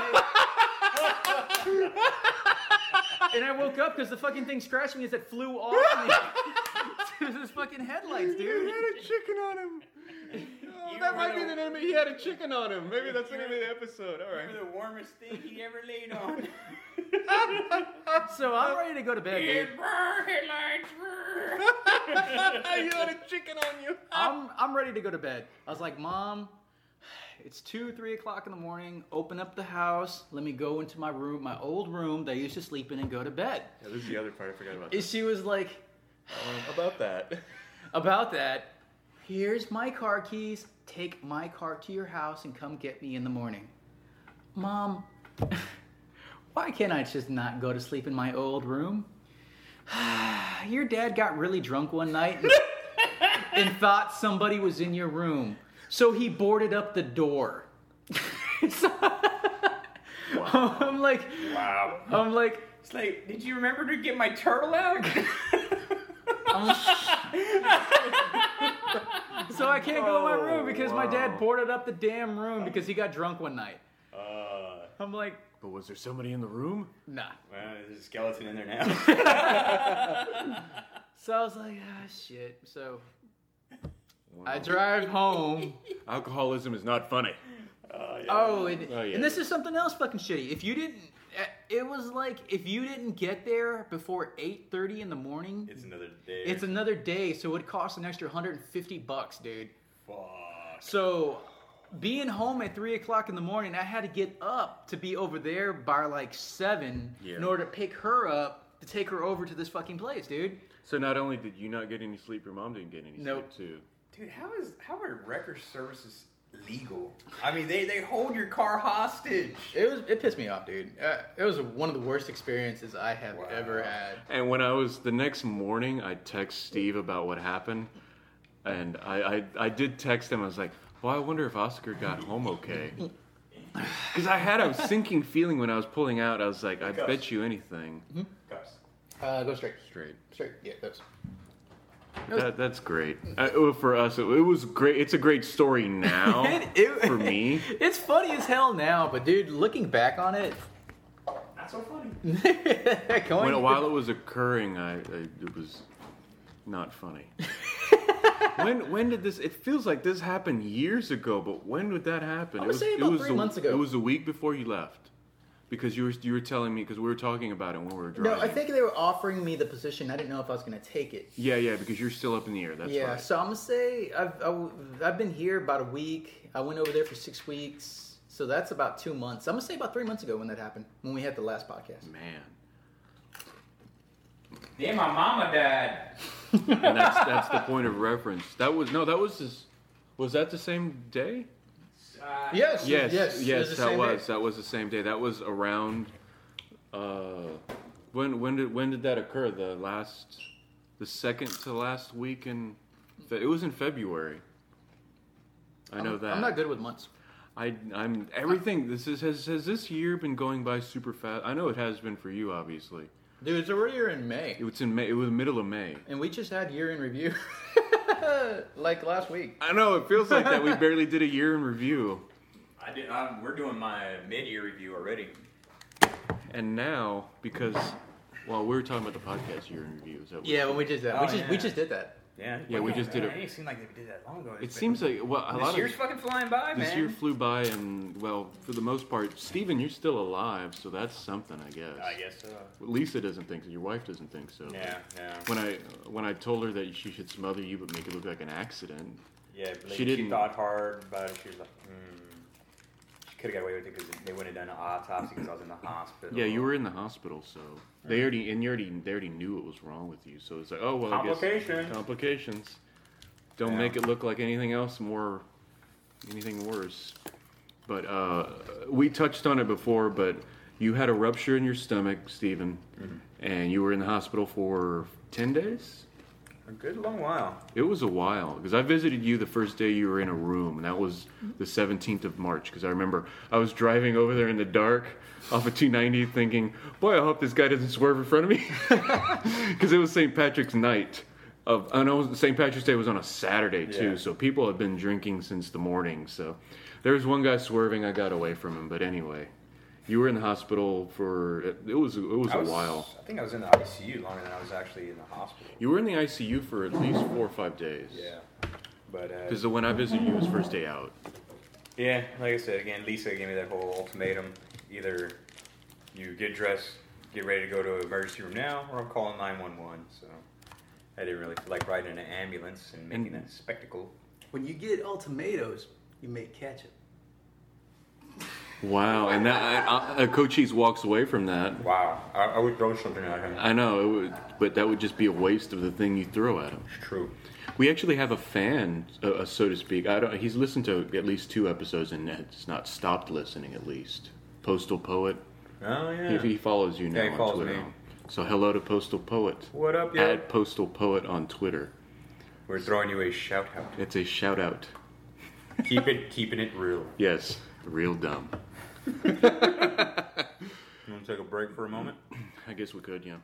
Speaker 3: I- And I woke up because the fucking thing scratched me as it flew off me. it was his fucking headlights, dude.
Speaker 1: a chicken on him. Oh,
Speaker 2: that might be the
Speaker 1: name. He had a chicken on him. Maybe that's
Speaker 2: the name of
Speaker 1: the episode. All
Speaker 2: You're the warmest thing he ever laid on.
Speaker 3: So I'm ready to go to bed, dude.
Speaker 1: you had a chicken on you.
Speaker 3: I'm I'm ready to go to bed. I was like, Mom, it's two, three o'clock in the morning. Open up the house. Let me go into my room, my old room that I used to sleep in, and go to bed.
Speaker 1: Yeah, this is the other part I forgot about.
Speaker 3: And she was like,
Speaker 1: Um, about that.
Speaker 3: About that, here's my car keys. Take my car to your house and come get me in the morning. Mom, why can't I just not go to sleep in my old room? your dad got really drunk one night and, and thought somebody was in your room. So he boarded up the door. So- I'm like,
Speaker 2: wow.
Speaker 3: I'm like,
Speaker 2: It's like, did you remember to get my turtle out?
Speaker 3: so I can't go in my
Speaker 2: Oh,
Speaker 3: room because my dad
Speaker 1: wow.
Speaker 3: boarded up the damn room because he got drunk one night.
Speaker 2: uh,
Speaker 3: I'm like,
Speaker 1: But was there somebody in the room?
Speaker 3: Nah.
Speaker 2: well, there's a skeleton in there now.
Speaker 3: So I was like, ah, shit. So I drive home.
Speaker 1: Alcoholism is not funny.
Speaker 2: Oh, yeah.
Speaker 3: Oh, and,
Speaker 1: Oh, yeah.
Speaker 3: and this is something else fucking shitty. If you didn't, uh, it was like if you didn't get there before eight thirty in the morning,
Speaker 2: It's another day.
Speaker 3: it's another day. So it costs an extra hundred and fifty bucks, dude.
Speaker 2: Fuck.
Speaker 3: So being home at three o'clock in the morning, I had to get up to be over there by like seven
Speaker 1: Yeah.
Speaker 3: in order to pick her up to take her over to this fucking place, dude.
Speaker 1: So not only did you not get any sleep, your mom didn't get any
Speaker 3: Nope.
Speaker 1: sleep too.
Speaker 2: Dude, how is how are record services legal? I mean, they they hold your car hostage.
Speaker 3: It was it pissed me off, dude. Uh, it was one of the worst experiences I have
Speaker 2: Wow.
Speaker 3: ever had.
Speaker 1: And when I was the next morning, I text Steve about what happened, and I I, I did text him. I was like, "Well, I wonder if Oscar got home okay." Because I had a sinking feeling when I was pulling out. I was like, "I
Speaker 2: Gus.
Speaker 1: bet you anything."
Speaker 2: Gus.
Speaker 3: Uh, go straight,
Speaker 1: Straight.
Speaker 3: straight. Yeah, that's.
Speaker 1: That, that's great. Uh, well, for us, it, it was great. It's a great story now
Speaker 3: It- it-
Speaker 1: for me.
Speaker 3: It's funny as hell now, but dude, looking back on it,
Speaker 2: Not so funny.
Speaker 3: going
Speaker 1: When, while it was occurring, I, I it was not funny. when when did this? It feels like this happened years ago, but when did that happen?
Speaker 3: I
Speaker 1: it
Speaker 3: would
Speaker 1: was,
Speaker 3: say
Speaker 1: it
Speaker 3: about
Speaker 1: was
Speaker 3: three
Speaker 1: a-
Speaker 3: months ago.
Speaker 1: It was a week before you left. Because you were you were telling me because we were talking about it when we were driving.
Speaker 3: No, I think they were offering me the position. I didn't know if I was going to take it.
Speaker 1: Yeah, yeah, because you're still up in the air. That's
Speaker 3: yeah,
Speaker 1: right.
Speaker 3: so I'm gonna say I've I, have i have been here about a week. I went over there for six weeks, so that's about two months. I'm gonna say about three months ago when that happened, when we had the last podcast.
Speaker 1: Man,
Speaker 2: Then my mama died.
Speaker 1: and that's that's the point of reference. That was no, that was this, was that the same day?
Speaker 2: Uh,
Speaker 3: Yes,
Speaker 1: Yes,
Speaker 3: yes,
Speaker 1: yes,
Speaker 3: it the
Speaker 1: that
Speaker 3: same
Speaker 1: was
Speaker 3: day.
Speaker 1: that was the same day. That was around. Uh, when when did when did that occur? The last, the second to last week in, Fe- it was in February. I know
Speaker 3: I'm,
Speaker 1: that.
Speaker 3: I'm not good with months.
Speaker 1: I, I'm everything. This is has has this year been going by super fast? I know it has been for you, obviously.
Speaker 3: Dude, it's already in May,
Speaker 1: It was in May. It was middle of May.
Speaker 3: and we just had year in review, like last week.
Speaker 1: I know it feels like that. We barely did a year in review,
Speaker 2: I did, i we're doing my mid-year review already.
Speaker 1: and now because, well, we were talking about the podcast year in review. Is that what-
Speaker 3: Yeah, when we did that, we
Speaker 2: Oh,
Speaker 3: just we
Speaker 2: yeah.
Speaker 3: just did that.
Speaker 2: Yeah.
Speaker 1: Yeah, we just did it.
Speaker 2: It didn't seem like we did that long ago.
Speaker 1: It seems like well, a
Speaker 2: this
Speaker 1: lot
Speaker 2: year's
Speaker 1: of
Speaker 2: fucking flying by,
Speaker 1: this
Speaker 2: man.
Speaker 1: year flew by, and well, for the most part, Steven, you're still alive, so that's something, I guess.
Speaker 2: I guess so.
Speaker 1: Lisa doesn't think so. Your wife doesn't think so.
Speaker 2: Uh, Yeah, yeah,
Speaker 1: When I when I told her that she should smother you but make it look like an accident,
Speaker 2: yeah. but
Speaker 1: She
Speaker 2: she
Speaker 1: didn't-
Speaker 2: thought hard about it. She was like, hmm. She could have got away with it because they wouldn't have done an autopsy because I was in the hospital.
Speaker 1: yeah, you were in the hospital, so they already and you already they already knew what was wrong with you. So it's like, oh well, I guess-
Speaker 2: Complication.
Speaker 1: complications. Don't
Speaker 2: Yeah.
Speaker 1: make it look like anything else more, anything worse. But uh, we touched on it before, but you had a rupture in your stomach, Stephen,
Speaker 2: Mm-hmm.
Speaker 1: and you were in the hospital for ten days.
Speaker 2: a good long while.
Speaker 1: It was a while because I visited you the first day you were in a room, and that was the 17th of March. Because I remember I was driving over there in the dark off of 290 thinking, boy, I hope this guy doesn't swerve in front of me. Because it was St. Patrick's night. Of, I know St. Patrick's Day was on a Saturday, too,
Speaker 2: Yeah.
Speaker 1: so people had been drinking since the morning. So there was one guy swerving, I got away from him. But anyway, you were in the hospital for it it was it was
Speaker 2: I
Speaker 1: a while.
Speaker 2: I think I was in the ICU longer than I was actually in the hospital.
Speaker 1: You were in the ICU for at least four or five days.
Speaker 2: Yeah, but uh,
Speaker 1: Because when I visited you, it was first day out.
Speaker 2: Yeah, like I said again, Lisa gave me that whole ultimatum: either you get dressed, get ready to go to emergency room now, or I'm calling nine one one. So I didn't really feel like riding in an ambulance and making
Speaker 1: And-
Speaker 2: that spectacle.
Speaker 3: When you get all tomatoes, you make ketchup.
Speaker 1: Wow, and that I, I, Cochise walks away from that.
Speaker 2: Wow, I, I would throw something at him.
Speaker 1: I know, it would, but that would just be a waste of the thing you throw at him.
Speaker 2: It's true.
Speaker 1: We actually have a fan, uh, uh, so to speak. I don't. He's listened to at least two episodes and has not stopped listening. At least, Postal Poet.
Speaker 2: Oh
Speaker 1: He-
Speaker 2: yeah.
Speaker 1: He, follows you now
Speaker 2: Yeah, he
Speaker 1: on
Speaker 2: follows
Speaker 1: Twitter.
Speaker 2: me.
Speaker 1: So hello to Postal Poet.
Speaker 2: What up, yo?
Speaker 1: Add Postal Poet on Twitter.
Speaker 2: We're throwing you a shout out.
Speaker 1: It's a shout out.
Speaker 2: Keep it, keeping it real.
Speaker 1: Yes, real dumb.
Speaker 2: You want to take a break for a moment?
Speaker 1: I guess we could, yeah.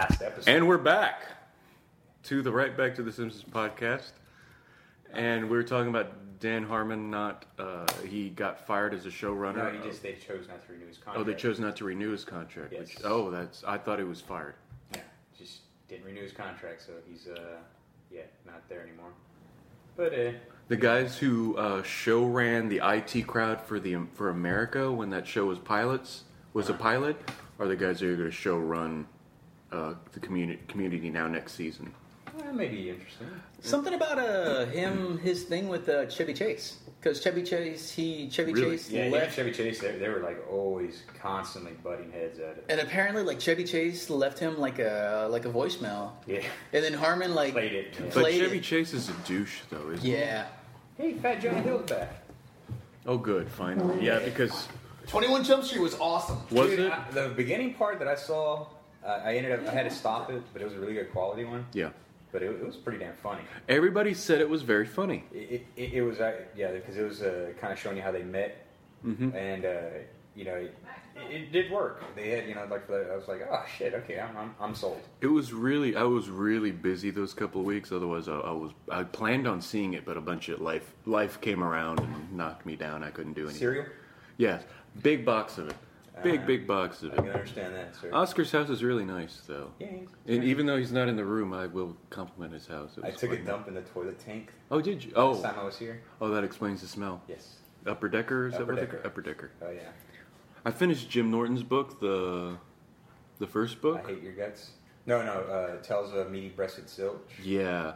Speaker 2: Last episode.
Speaker 1: And we're back to the Right Back to the Simpsons podcast. And we were talking about Dan Harmon not, uh, he got fired as a showrunner.
Speaker 2: no, he just they chose not to renew his contract.
Speaker 1: oh, they chose not to renew his contract.
Speaker 2: Yes.
Speaker 1: Which, oh, that's, I thought he was fired.
Speaker 2: Yeah, just didn't renew his contract, so he's uh yeah not there anymore. But uh.
Speaker 1: The guys who uh, show ran the IT crowd for the for America when that show was pilots was
Speaker 2: Uh-huh.
Speaker 1: a pilot are the guys who are going to show run uh, the community community now next season.
Speaker 2: Well, that may be interesting.
Speaker 3: Something about uh, him, his thing with uh, Chevy Chase, because Chevy Chase, he Chevy
Speaker 1: Really?
Speaker 3: Chase
Speaker 2: Yeah, even
Speaker 3: left,
Speaker 2: Chevy Chase, they, they were like always constantly butting heads at it.
Speaker 3: and apparently, like Chevy Chase left him like a like a voicemail,
Speaker 2: Yeah.
Speaker 3: and then Harmon like
Speaker 2: Played it.
Speaker 1: But
Speaker 3: Played
Speaker 1: Chevy
Speaker 3: it.
Speaker 1: Chase is a douche though, isn't he?
Speaker 3: Yeah,
Speaker 2: Hey, Fat Johnny Hill's back.
Speaker 1: Oh, good, finally. Yeah, because
Speaker 3: Twenty One Jump Street was awesome.
Speaker 1: was
Speaker 2: Dude,
Speaker 1: it?
Speaker 2: I- Uh, the beginning part that I saw, uh, I ended up, I had to stop it, but it was a really good quality one.
Speaker 1: Yeah.
Speaker 2: But it, it was pretty damn funny.
Speaker 1: Everybody said it was very funny.
Speaker 2: It, it, it was, uh, yeah, because it was uh, kind of showing you how they met.
Speaker 1: Mm-hmm.
Speaker 2: And, uh, you know, it, it did work. They had, you know, like, the, I was like, oh, shit, okay, I'm, I'm, I'm sold.
Speaker 1: It was really, I was really busy those couple of weeks. Otherwise, I, I was, I planned on seeing it, but a bunch of life, life came around and knocked me down. I couldn't do anything.
Speaker 2: Serial?
Speaker 1: Yes, big box of it, big
Speaker 2: Uh,
Speaker 1: big box of
Speaker 2: I
Speaker 1: it.
Speaker 2: can understand that, sir.
Speaker 1: Oscar's house is really nice, though.
Speaker 2: Yeah, he's-
Speaker 1: And even though he's not in the room, I will compliment his house. It
Speaker 2: I
Speaker 1: was
Speaker 2: took a
Speaker 1: quite-
Speaker 2: dump in the toilet tank
Speaker 1: Oh, did you?
Speaker 2: last
Speaker 1: Oh,
Speaker 2: time I was here.
Speaker 1: oh, that explains the smell.
Speaker 2: Yes.
Speaker 1: Upper Decker is that
Speaker 2: Upper
Speaker 1: what they
Speaker 2: Decker.
Speaker 1: Upper Decker.
Speaker 2: Oh yeah.
Speaker 1: I finished Jim Norton's book, the the first
Speaker 2: I
Speaker 1: book.
Speaker 2: hate your guts. No, no. Uh, tells a meaty-breasted silk.
Speaker 1: Yeah,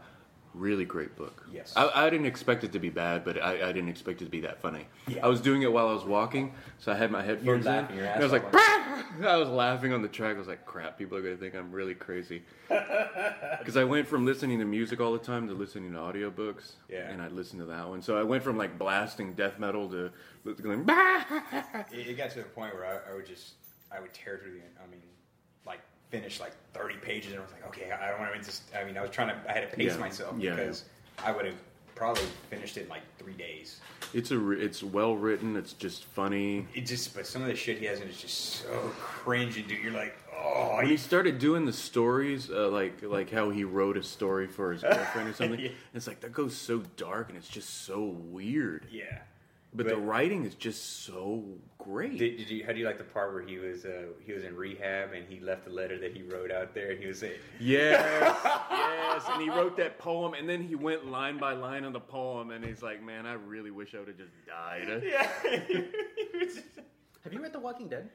Speaker 1: really great book.
Speaker 2: Yes.
Speaker 1: I, I didn't expect it to be bad, but I, I didn't expect it to be that funny.
Speaker 2: Yeah.
Speaker 1: I was doing it while I was walking, so I had my headphones in.
Speaker 2: laughing your ass
Speaker 1: and I was like,
Speaker 2: off.
Speaker 1: "Brah!" I was laughing on the track. I was like, crap, people are going to think I'm really crazy. Because I went from listening to music all the time to listening to audiobooks.
Speaker 2: Yeah.
Speaker 1: And I'd listen to that one. So I went from like blasting death metal to going, "Brah!"
Speaker 2: It, it got to the point where I, I would just I would tear through the. I mean, like finish like thirty pages, and I was like, okay, I don't want to just. I mean, I was trying to. I had to pace
Speaker 1: Yeah.
Speaker 2: myself
Speaker 1: Yeah,
Speaker 2: because I would have probably finished it in like three days.
Speaker 1: It's a re- it's well written. It's just funny.
Speaker 2: It just, but some of the shit he has in it is just so cringy, dude. You're like, oh,
Speaker 1: When
Speaker 2: you
Speaker 1: he started doing the stories, uh, like like how he wrote a story for his girlfriend or something,
Speaker 2: Yeah.
Speaker 1: it's like that goes so dark and it's just so weird.
Speaker 2: yeah.
Speaker 1: But, the
Speaker 2: But-
Speaker 1: writing is just so great.
Speaker 2: Did, did you? How do you like the part where he was uh, he was in rehab and he left a letter that he wrote out there? And he was saying,
Speaker 1: yes, yes. And he wrote that poem, and then he went line by line on the poem, and he's like, "Man, I really wish I would have just died."
Speaker 2: yeah. He was just-
Speaker 3: Have you read The Walking Dead?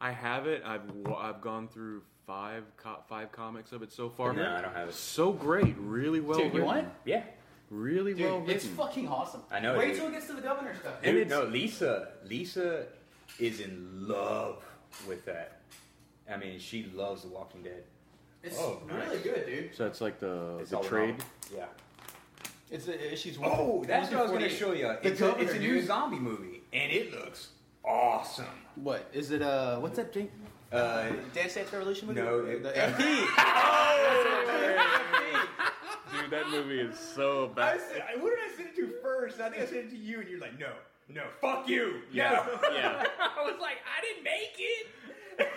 Speaker 1: I have it. I've wa- I've gone through five co- five comics of it so far.
Speaker 2: no, I don't have it.
Speaker 1: So great, really well
Speaker 3: Dude, you
Speaker 1: written.
Speaker 3: want it?
Speaker 2: Yeah,
Speaker 1: Really
Speaker 3: Dude,
Speaker 1: well written.
Speaker 3: it's fucking awesome.
Speaker 2: I know,
Speaker 3: Wait
Speaker 2: dude.
Speaker 3: till it gets to the governor stuff.
Speaker 2: Dude,
Speaker 1: And it's-
Speaker 2: no, Lisa. Lisa is in love with that. I mean, she loves The Walking Dead.
Speaker 3: It's
Speaker 2: Oh, nice.
Speaker 3: really good, dude.
Speaker 1: So it's like the,
Speaker 2: It's
Speaker 1: the
Speaker 2: all in
Speaker 1: trade.
Speaker 2: all- Yeah.
Speaker 3: It's the issues one.
Speaker 2: Oh, that's what I was going to show you. It's
Speaker 3: The
Speaker 2: a, it's a
Speaker 3: Governor,
Speaker 2: new
Speaker 3: dude.
Speaker 2: zombie movie, and it looks awesome.
Speaker 3: What is it? Uh, what's that, Jake?
Speaker 2: Uh,
Speaker 3: Dance Dance Revolution? movie?
Speaker 2: no, it-
Speaker 3: the E. FP.
Speaker 2: Uh,
Speaker 1: Dude, that movie is so
Speaker 2: I
Speaker 1: bad.
Speaker 2: said, I- who did I send it to first? I think I sent it to you, and you're like, no, no, fuck you.
Speaker 1: Yeah,
Speaker 2: no.
Speaker 1: yeah.
Speaker 2: I was like, I didn't make it.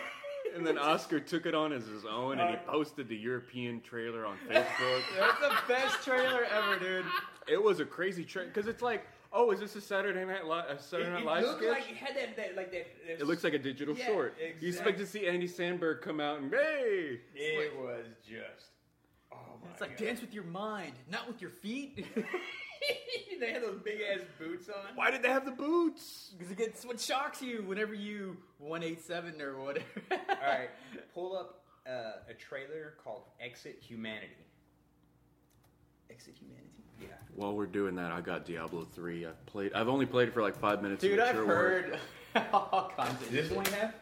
Speaker 1: And then Oscar took it on as his own, and he posted the European trailer on Facebook.
Speaker 3: That's the best trailer ever, dude.
Speaker 1: it was a crazy trailer because it's like, oh, is this a Saturday Night Live? A
Speaker 2: It,
Speaker 1: Saturday Night
Speaker 2: it
Speaker 1: Live
Speaker 2: looked
Speaker 1: sketch?
Speaker 2: like it had that, that like that. that
Speaker 1: it looks like a digital
Speaker 2: Yeah,
Speaker 1: short. You expect
Speaker 2: exactly.
Speaker 1: to see Andy Sandberg come out and hey,
Speaker 2: It was just. Oh my
Speaker 3: It's like
Speaker 2: God.
Speaker 3: dance with your mind, not with your feet.
Speaker 2: they had those big ass boots on.
Speaker 1: why did they have the boots?
Speaker 3: Because it gets what shocks you whenever you 187 or whatever.
Speaker 2: All right, pull up uh, a trailer called Exit Humanity.
Speaker 3: Exit humanity.
Speaker 2: Yeah.
Speaker 1: While we're doing that, I got Diablo three. I played. I've only played it for like five minutes.
Speaker 3: Dude,
Speaker 1: and it
Speaker 3: I've
Speaker 1: sure worked.
Speaker 3: heard all kinds of
Speaker 2: Is this the one you have?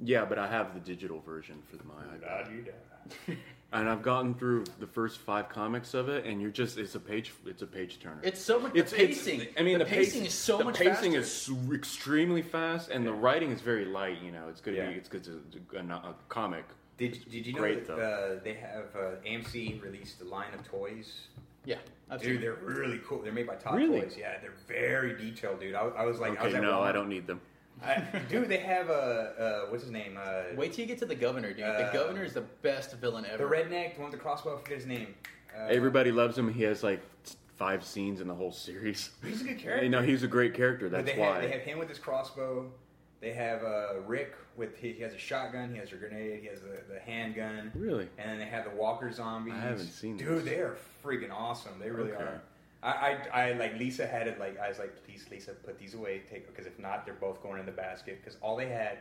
Speaker 1: Yeah, but I have the digital version for my iPad.
Speaker 2: you don't.
Speaker 1: and I've gotten through the first five comics of it, and you're just it's a page it's a page turner.
Speaker 3: It's so much.
Speaker 1: It's-
Speaker 3: the
Speaker 1: it's-
Speaker 3: pacing.
Speaker 1: I mean, the,
Speaker 3: pacing is so
Speaker 1: the
Speaker 3: much
Speaker 1: pacing
Speaker 3: faster.
Speaker 1: is s- extremely fast, and the writing is very light. You know, it's gonna
Speaker 2: Yeah.
Speaker 1: be it's good to a, a comic.
Speaker 2: Did, did you know
Speaker 1: Great,
Speaker 2: that uh, they have uh, AMC released a line of toys?
Speaker 3: Yeah, I've
Speaker 2: Dude,
Speaker 3: seen it.
Speaker 2: they're really cool. They're made by Top
Speaker 1: Really?
Speaker 2: Toys. Yeah, they're very detailed, dude. I, I was like, I was
Speaker 1: Okay,
Speaker 2: at
Speaker 1: no, I
Speaker 2: Walmart.
Speaker 1: don't need them.
Speaker 2: I, dude, they have a uh, what's his name? Uh,
Speaker 3: Wait till you get to the governor, dude. the
Speaker 2: Uh,
Speaker 3: governor is the best villain
Speaker 2: the
Speaker 3: ever.
Speaker 2: redneck, the one with the crossbow. I forget his name. Uh,
Speaker 1: Everybody loves him. He has like t- five scenes in the whole series.
Speaker 2: He's a good
Speaker 1: You
Speaker 2: character.
Speaker 1: know, he's a great character.
Speaker 2: But
Speaker 1: That's
Speaker 2: they
Speaker 1: why.
Speaker 2: Have, they have him with his crossbow. They have uh, Rick with he, he has a shotgun. He has a grenade. He has the, the handgun.
Speaker 1: Really?
Speaker 2: And then they have the Walker zombies.
Speaker 1: I haven't seen
Speaker 2: Dude,
Speaker 1: those.
Speaker 2: they are freaking awesome. They really
Speaker 1: Okay.
Speaker 2: are. I, I, I like Lisa had it like I was like please Lisa put these away take because if not they're both going in the basket because all they had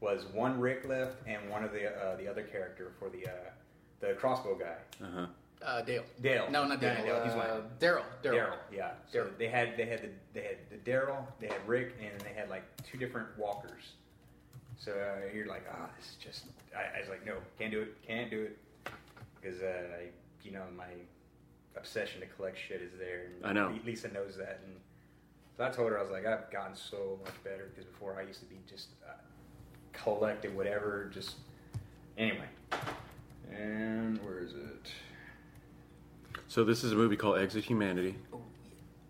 Speaker 2: was one Rick left and one of the uh, the other character for the uh, the crossbow guy
Speaker 1: uh-huh.
Speaker 3: Uh, Dale.
Speaker 2: Dale
Speaker 3: No, not Dale.
Speaker 2: Yeah, Dale. He's
Speaker 3: uh,
Speaker 2: white.
Speaker 3: Daryl.
Speaker 2: Daryl,
Speaker 3: Daryl.
Speaker 2: yeah. So
Speaker 3: Daryl.
Speaker 2: they had they had the they had the Daryl, they had Rick, and they had like two different walkers. So uh, you're like, ah, this is just. I, I was like, no, can't do it, can't do it, because uh, I- you know my obsession to collect shit is there. And
Speaker 1: I know.
Speaker 2: Li- Lisa knows that, and so I told her I was like, I've gotten so much better because before I used to be just uh, collecting whatever, just anyway. And where is it?
Speaker 1: So this is a movie called Exit Humanity.
Speaker 2: Oh,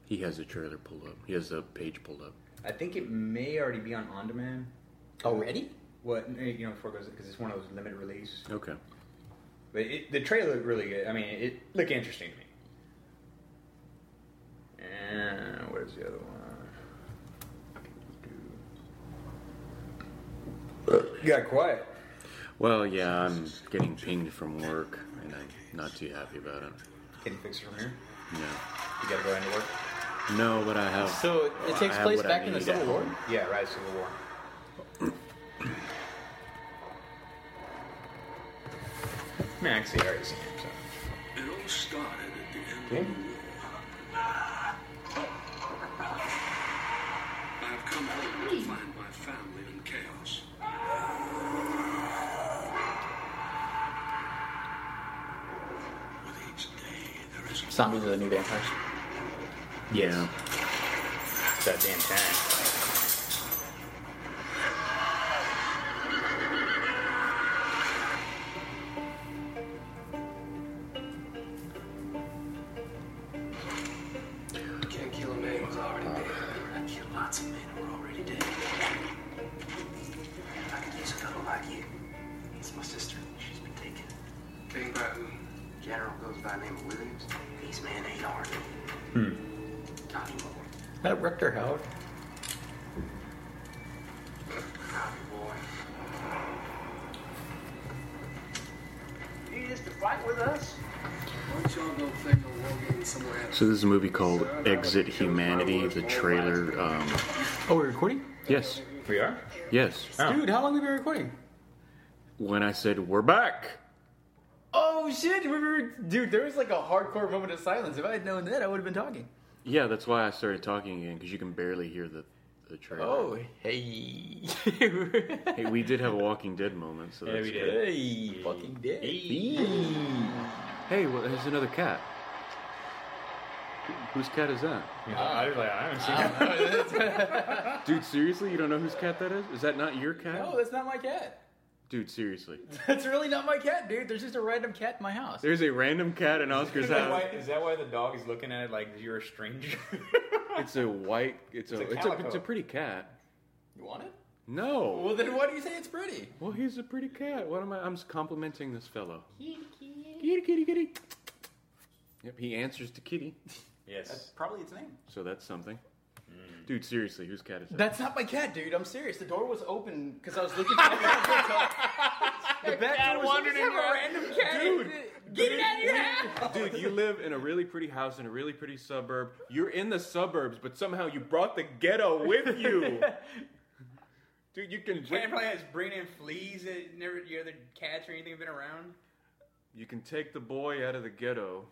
Speaker 1: He has a trailer pulled up. He has a page pulled up.
Speaker 2: I think it may already be on on demand.
Speaker 3: Already?
Speaker 2: What you know before it goes because it's one of those limited release.
Speaker 1: Okay.
Speaker 2: But it, the trailer looked really good. I mean, it looked interesting to me. And where's the other one? You got quiet.
Speaker 1: Well, yeah, I'm getting pinged from work, and I'm not too happy about it.
Speaker 2: Can you fix it from here?
Speaker 1: Yeah.
Speaker 2: You gotta go into work.
Speaker 1: No, but I have.
Speaker 3: So it, it takes
Speaker 1: I have
Speaker 3: place
Speaker 1: what I
Speaker 3: back in the
Speaker 1: need at
Speaker 3: Civil War.
Speaker 1: home.
Speaker 2: Yeah, Rise of the War. Man, I can see already seen it. So.
Speaker 5: It all started at the end
Speaker 2: Okay.
Speaker 5: of the war. I've come home to find my family in chaos. With each day, there is
Speaker 3: Zombies are the new vampires.
Speaker 1: Yeah.
Speaker 2: It's that damn time.
Speaker 5: Can't kill a man who's already dead. I killed lots of men who were already dead. I could use a girl like you. It's my sister. She's been taken. Taken by who? General goes by the name of Williams. These men ain't hard. Hmm. Not anymore.
Speaker 3: That Rector Howard.
Speaker 5: Copy, boy.
Speaker 4: You used to fight with us?
Speaker 5: Why don't y'all go play no war game somewhere else?
Speaker 1: So this is a movie called Exit Humanity. The trailer. Um,
Speaker 3: Oh, we're recording?
Speaker 1: yes.
Speaker 2: We are?
Speaker 1: Yes.
Speaker 2: Oh.
Speaker 3: Dude, how long have we been recording?
Speaker 1: When I said we're back,
Speaker 3: Oh shit! we were- Dude, there was like a hardcore moment of silence. If I had known that, I would have been talking.
Speaker 1: yeah, that's why I started talking again because you can barely hear the the trailer.
Speaker 3: Oh, hey.
Speaker 1: Hey, we did have a Walking Dead moment. So that's
Speaker 2: we
Speaker 1: good.
Speaker 2: did.
Speaker 3: Hey, fucking dead.
Speaker 1: Hey, well, there's another cat. Whose cat is that?
Speaker 2: Oh, I was like, I haven't seen it.
Speaker 1: Dude, seriously, you don't know whose cat that is? Is that not your cat?
Speaker 3: No, that's not my cat.
Speaker 1: Dude, seriously.
Speaker 3: That's really not my cat, dude. There's just a random cat in my house.
Speaker 1: There's a random cat in Oscar's
Speaker 2: Is that, why,
Speaker 1: house.
Speaker 2: is that why the dog is looking at it like you're a stranger?
Speaker 1: It's a white. It's a. It's
Speaker 2: It's a
Speaker 1: a, it's a,
Speaker 2: calico.
Speaker 1: pretty cat.
Speaker 3: You want it?
Speaker 1: No.
Speaker 3: Well, then why do you say it's pretty?
Speaker 1: Well, he's a pretty cat. What am I? I'm just complimenting this fellow. Kitty, kitty, kitty. Yep, he answers to kitty,
Speaker 2: yes.
Speaker 3: probably its name.
Speaker 1: so that's something. Dude, seriously, whose cat is that?
Speaker 3: That's not my cat, dude. I'm serious. The door was open because I was looking for the back door. The back door was
Speaker 2: wandered
Speaker 3: You just
Speaker 2: in your-
Speaker 3: cat.
Speaker 1: Dude.
Speaker 3: get it out of your house.
Speaker 1: Dude, you live in a really pretty house in a really pretty suburb. You're in the suburbs, but somehow you brought the ghetto with you. Dude, you can
Speaker 2: Brandon probably has bringing in fleas that never your other cats or anything have been around.
Speaker 1: you can take the boy out of the ghetto.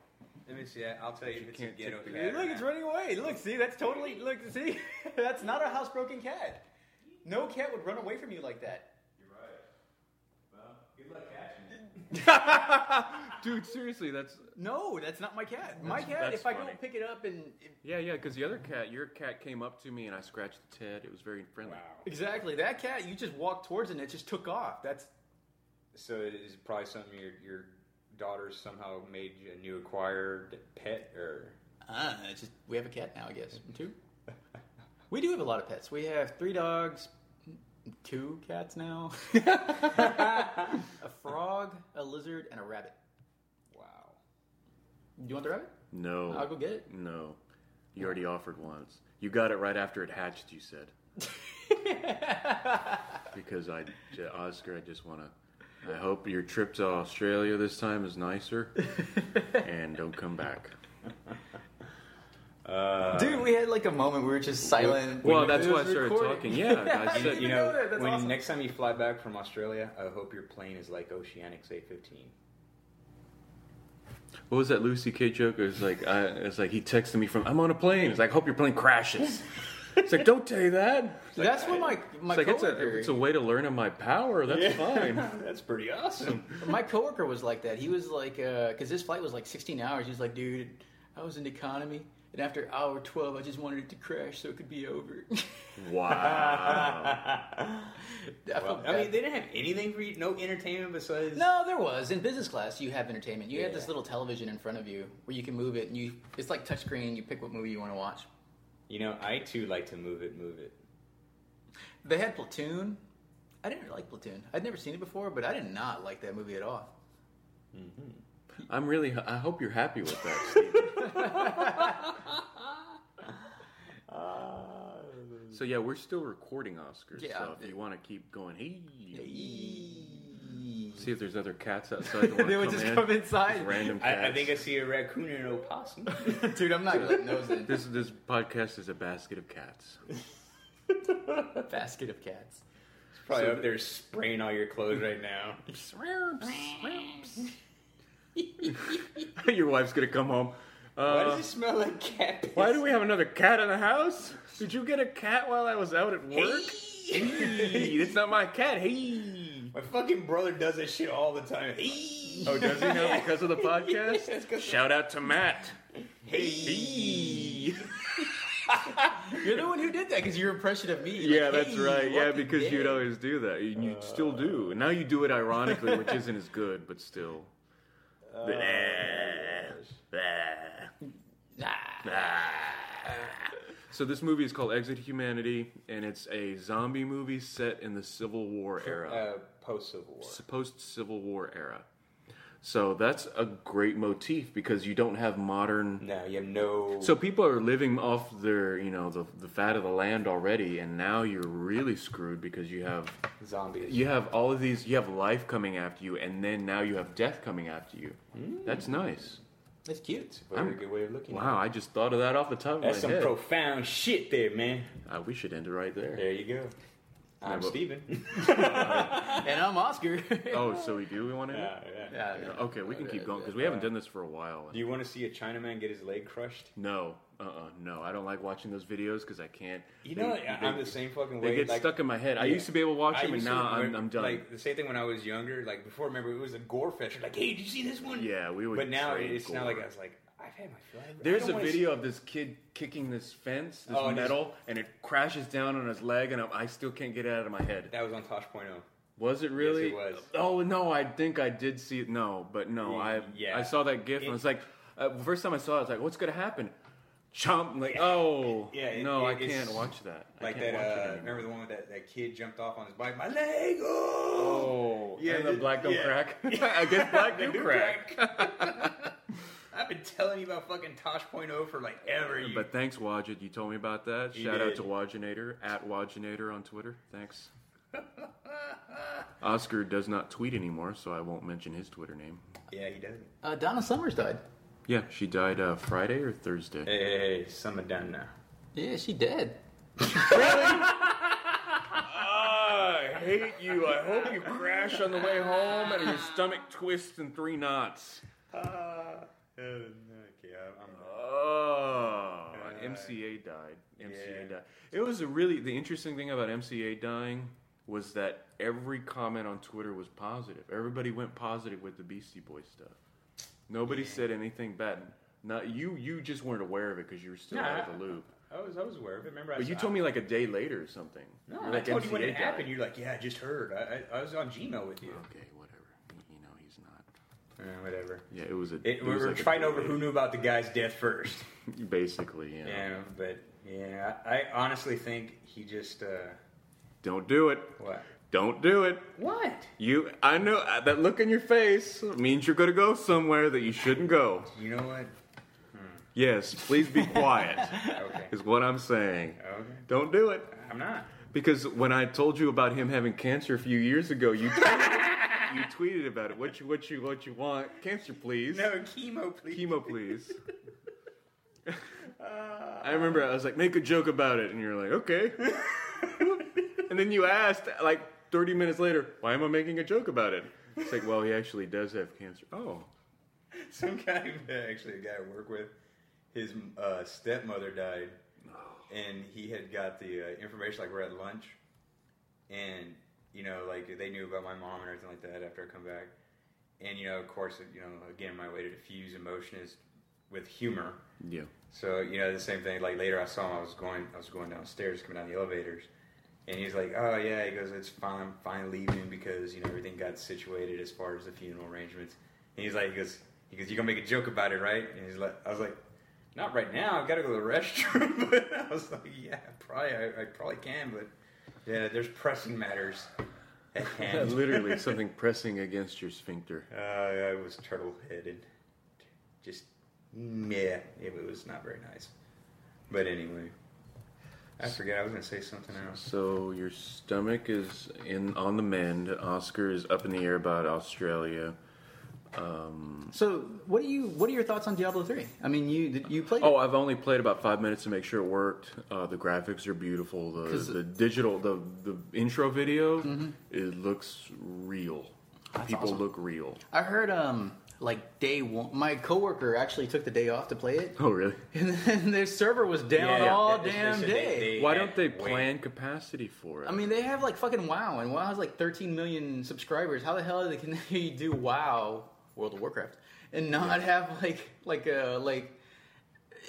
Speaker 2: Let me see that. I'll tell you if it's a
Speaker 1: can't
Speaker 2: ghetto
Speaker 1: take the-
Speaker 2: cat. or
Speaker 3: Look, it's
Speaker 2: not.
Speaker 3: running away. Look, see, that's totally. Look, see, that's not a housebroken cat. No cat would run away from you like that.
Speaker 1: Dude, seriously, that's
Speaker 3: No, that's not my cat. my
Speaker 1: That's-
Speaker 3: cat,
Speaker 1: that's
Speaker 3: if I
Speaker 1: funny.
Speaker 3: don't pick it up and
Speaker 1: yeah, yeah. Because the other cat, your cat came up to me and I scratched its head. It was very friendly.
Speaker 2: Wow.
Speaker 3: exactly that cat, you just walked towards it and it just took off. That's
Speaker 2: So it is probably something your your daughter's somehow made you a new acquired pet or
Speaker 3: uh, it's just we have a cat now, I guess. Two. We do have a lot of pets. We have three dogs, two cats now, a frog, a lizard, and a rabbit.
Speaker 2: wow.
Speaker 3: Do you want the rabbit?
Speaker 1: No,
Speaker 3: I'll go get it.
Speaker 1: No, you already offered once. You got it right after it hatched. You said because I, j- Oscar, I just want to. I hope your trip to Australia this time is nicer, and don't come back.
Speaker 3: Dude, we had like a moment. We were just silent.
Speaker 1: Well,
Speaker 3: It
Speaker 1: that's why I
Speaker 3: was
Speaker 1: started
Speaker 3: recording.
Speaker 1: talking. Yeah, I said,
Speaker 3: didn't
Speaker 2: You
Speaker 3: even
Speaker 2: know,
Speaker 3: that. That's
Speaker 2: when
Speaker 3: awesome.
Speaker 2: next time you fly back from Australia, I hope your plane is like Oceanics A15.
Speaker 1: what was that Lucy K joke? It was like, I, it's like he texted me from, I'm on a plane. It's like, hope your plane crashes. It's like, don't say that. It's like,
Speaker 3: That's what my my
Speaker 1: it's, like, it's,
Speaker 3: coworker.
Speaker 1: a, it's a way to learn of my power. That's fine.
Speaker 2: That's pretty awesome.
Speaker 3: My coworker was like that. He was like, because his flight was like 16 hours. He was like, dude, I was in economy, and after hour 12, I just wanted it to crash so it could be over.
Speaker 1: Wow.
Speaker 3: I,
Speaker 2: Well,
Speaker 3: felt
Speaker 2: I mean,
Speaker 3: bad.
Speaker 2: they didn't have anything for you. No entertainment besides.
Speaker 3: no, there was in business class. You have entertainment. You have
Speaker 2: Yeah.
Speaker 3: this little television in front of you where you can move it, and you it's like touchscreen. You pick what movie you want to watch.
Speaker 2: You know, I too like to move it, move it.
Speaker 3: They had Platoon. I didn't like Platoon. I'd never seen it before, but I did not like that movie at all.
Speaker 1: I'm really, I hope you're happy with that, Steve. So, yeah, we're still recording Oscars.
Speaker 3: Yeah.
Speaker 1: So, if you want to keep going, hey. See if there's other cats outside. that wanna
Speaker 3: they would just
Speaker 1: in.
Speaker 3: come inside.
Speaker 1: Random cats.
Speaker 2: I, I think I see a raccoon and an opossum.
Speaker 3: Dude, I'm not letting those in.
Speaker 1: this this podcast is a basket of cats.
Speaker 3: A basket of cats.
Speaker 2: Probably up there spraying all your clothes right now.
Speaker 1: Your wife's gonna come home.
Speaker 2: Why
Speaker 1: Uh,
Speaker 2: does it smell like cat? piss?
Speaker 1: why do we have another cat in the house? Did you get a cat while I was out at work? Hey, that's not my cat. Hey.
Speaker 2: My fucking brother does this shit all the time.
Speaker 1: Oh, does he know because of the podcast?
Speaker 2: Yes, 'cause-
Speaker 1: Shout out to Matt.
Speaker 2: Hey.
Speaker 3: You're the one who did that because you're impression of me.
Speaker 1: Yeah, that's right. Yeah,
Speaker 3: Walking
Speaker 1: because you'd
Speaker 3: Dead.
Speaker 1: always do that. You, you still do. And now you do it ironically, which isn't as good, but still. So this movie is called Exit Humanity, and it's a zombie movie set in the Civil War era,
Speaker 2: Uh, Post Civil War.
Speaker 1: post Civil War era. So that's a great motif because you don't have modern
Speaker 2: No, you have no.
Speaker 1: So people are living off their, you know, the, the fat of the land already, and now you're really screwed because you have
Speaker 2: zombies.
Speaker 1: you have all of these. You have life coming after you, and then now you have death coming after you.
Speaker 2: Mm.
Speaker 1: That's nice.
Speaker 3: That's cute.
Speaker 2: Very
Speaker 1: I'm-
Speaker 2: good way of looking. at
Speaker 1: Wow, I just thought of that off the top of
Speaker 2: it. That's
Speaker 1: my
Speaker 2: some
Speaker 1: head.
Speaker 2: profound shit there, man.
Speaker 1: Uh, we should end it right there.
Speaker 2: There you go. I'm
Speaker 1: but-
Speaker 2: Steven.
Speaker 3: And I'm Oscar.
Speaker 1: Oh, so we do. We want to. End
Speaker 2: yeah,
Speaker 1: it?
Speaker 2: yeah.
Speaker 3: Yeah, no.
Speaker 1: Okay, we can keep going because we haven't done this for a while.
Speaker 2: Do you want to see a Chinaman get his leg crushed?
Speaker 1: No, uh, uh no, I don't like watching those videos because I can't.
Speaker 2: You know,
Speaker 1: They-
Speaker 2: I-
Speaker 1: they-
Speaker 2: I'm the same fucking way.
Speaker 1: They get
Speaker 2: like-
Speaker 1: stuck in my head. I
Speaker 2: Yeah.
Speaker 1: used to be able to watch
Speaker 2: I
Speaker 1: them, and
Speaker 2: used to
Speaker 1: now I'm,
Speaker 2: remember-
Speaker 1: I'm done.
Speaker 2: Like the same thing when I was younger. Like before, remember it was a gore fest. You're like, hey, did you see this one?
Speaker 1: yeah, we would.
Speaker 2: But now
Speaker 1: trade
Speaker 2: it's not like
Speaker 1: gore.
Speaker 2: I was like, I've had my fill. I- I
Speaker 1: There's
Speaker 2: don't
Speaker 1: a
Speaker 2: wanna
Speaker 1: video of this kid kicking this fence, this
Speaker 2: Oh, and
Speaker 1: metal, and it crashes down on his leg, and I'm, I still can't get it out of my head.
Speaker 2: See- that was on Oh. Tosh.0.
Speaker 1: Was it really?
Speaker 2: it was.
Speaker 1: Oh no, I think I did see it. No, but no, I
Speaker 2: Yeah.
Speaker 1: I saw that gif and I was like, uh, the first time I saw it, I was like, what's gonna happen? Chomp! I'm like, oh,
Speaker 2: Yeah, it-
Speaker 1: no,
Speaker 2: it-
Speaker 1: I can't
Speaker 2: it's
Speaker 1: watch that. I
Speaker 2: Like
Speaker 1: can't
Speaker 2: that.
Speaker 1: watch it
Speaker 2: Uh,
Speaker 1: anymore.
Speaker 2: remember the one with that, that kid jumped off on his bike? My leg! Oh.
Speaker 1: Oh,
Speaker 2: Yeah,
Speaker 1: yeah, and the
Speaker 2: it-
Speaker 1: black don't
Speaker 2: yeah.
Speaker 1: crack. I guess black do crack.
Speaker 2: I've been telling you about fucking Tosh.0 for like ever. You.
Speaker 1: But thanks, Wajid. You told me about that. Shout out
Speaker 2: did.
Speaker 1: to Wajinator at Wajinator on Twitter. Thanks. Oscar does not tweet anymore, so I won't mention his Twitter name.
Speaker 2: yeah, he doesn't.
Speaker 3: Uh, Donna Summers died.
Speaker 1: Yeah, she died uh, Friday or Thursday.
Speaker 2: Hey, hey, hey, summer done now.
Speaker 3: Yeah, she dead.
Speaker 1: I hate you. I hope you crash on the way home and your stomach twists in three knots.
Speaker 2: Uh, okay, I'm, I'm
Speaker 1: Oh, MCA died. MCA
Speaker 2: Yeah.
Speaker 1: died. It was a really the interesting thing about MCA dying was that every comment on Twitter was positive. Everybody went positive with the Beastie Boys stuff. Nobody said anything bad. Not you. You just weren't aware of it because you were still out of the loop.
Speaker 2: I was, I was aware of it. Remember, I
Speaker 1: But you told me like a day later or something.
Speaker 2: No,
Speaker 1: You're
Speaker 2: I
Speaker 1: like,
Speaker 2: told you when
Speaker 1: MCA
Speaker 2: it
Speaker 1: died.
Speaker 2: happened. You're like, yeah, I just heard. I, I, I was on Gmail with you.
Speaker 1: Okay, whatever. You know he's not.
Speaker 2: Eh, whatever.
Speaker 1: Yeah, it was a.
Speaker 2: It, we
Speaker 1: was
Speaker 2: were
Speaker 1: like a
Speaker 2: fighting
Speaker 1: day
Speaker 2: over who
Speaker 1: later.
Speaker 2: knew about the guy's death first.
Speaker 1: Basically, yeah.
Speaker 2: yeah, but yeah, I honestly think he just uh,
Speaker 1: Don't do it.
Speaker 2: what?
Speaker 1: Don't do it.
Speaker 2: What?
Speaker 1: You, I know uh, that look on your face means you're gonna go somewhere that you shouldn't go.
Speaker 2: You know what?
Speaker 1: Yes, please be quiet,
Speaker 2: Okay,
Speaker 1: is what I'm saying.
Speaker 2: okay.
Speaker 1: Don't do it.
Speaker 2: I'm not.
Speaker 1: Because when I told you about him having cancer a few years ago, you tweeted, you tweeted about it. What you, what you, what you want? Cancer, please.
Speaker 2: No chemo, please.
Speaker 1: Chemo, please. I remember I was like, make a joke about it, and you're like, okay. and then you asked, like, 30 minutes later, why am I making a joke about it? It's like, well, he actually does have cancer. Oh.
Speaker 2: Some guy, actually, a guy I work with, his uh, stepmother died, and he had got the uh, information like we're at lunch, and you know, like they knew about my mom and everything like that after I come back, and you know, of course, you know, again, my way to diffuse emotion is with humor.
Speaker 1: Yeah.
Speaker 2: So you know the same thing. Like later, I saw him. I was going. I was going downstairs, coming down the elevators, and he's like, "Oh yeah," he goes, "It's fine. I'm fine leaving because you know everything got situated as far as the funeral arrangements." And he's like, "He goes, he goes, you gonna make a joke about it, right?" And he's like, "I was like, not right now. I've got to go to the restroom." but I was like, "Yeah, probably. I, I probably can, but yeah, there's pressing matters at hand."
Speaker 1: Literally something pressing against your sphincter.
Speaker 2: Uh, I was turtle headed. Just, yeah, it was not very nice. But anyway, I forget. I was gonna say something else.
Speaker 1: So your stomach is in on the mend. Oscar is up in the air about Australia.
Speaker 3: So, what do you? What are your thoughts on Diablo three? I mean, you did- you played.
Speaker 1: Oh,
Speaker 3: it.
Speaker 1: I've only played about five minutes to make sure it worked. Uh, the graphics are beautiful. The,
Speaker 3: 'Cause- Mm-hmm.
Speaker 1: the digital, the the intro video, it looks real. People
Speaker 3: awesome.
Speaker 1: look real.
Speaker 3: I heard um like day one. My coworker actually took the day off to play it,
Speaker 1: Oh, really?
Speaker 3: and then their server was down
Speaker 2: Yeah, yeah.
Speaker 3: all
Speaker 2: They- they
Speaker 3: damn
Speaker 2: said they-
Speaker 3: day.
Speaker 2: they-
Speaker 1: Why
Speaker 2: Yeah,
Speaker 1: don't they
Speaker 2: wait.
Speaker 1: plan capacity for it?
Speaker 3: I mean, they have like fucking WoW, and WoW has like 13 million subscribers. How the hell they can they do WoW World of Warcraft and not have like like uh like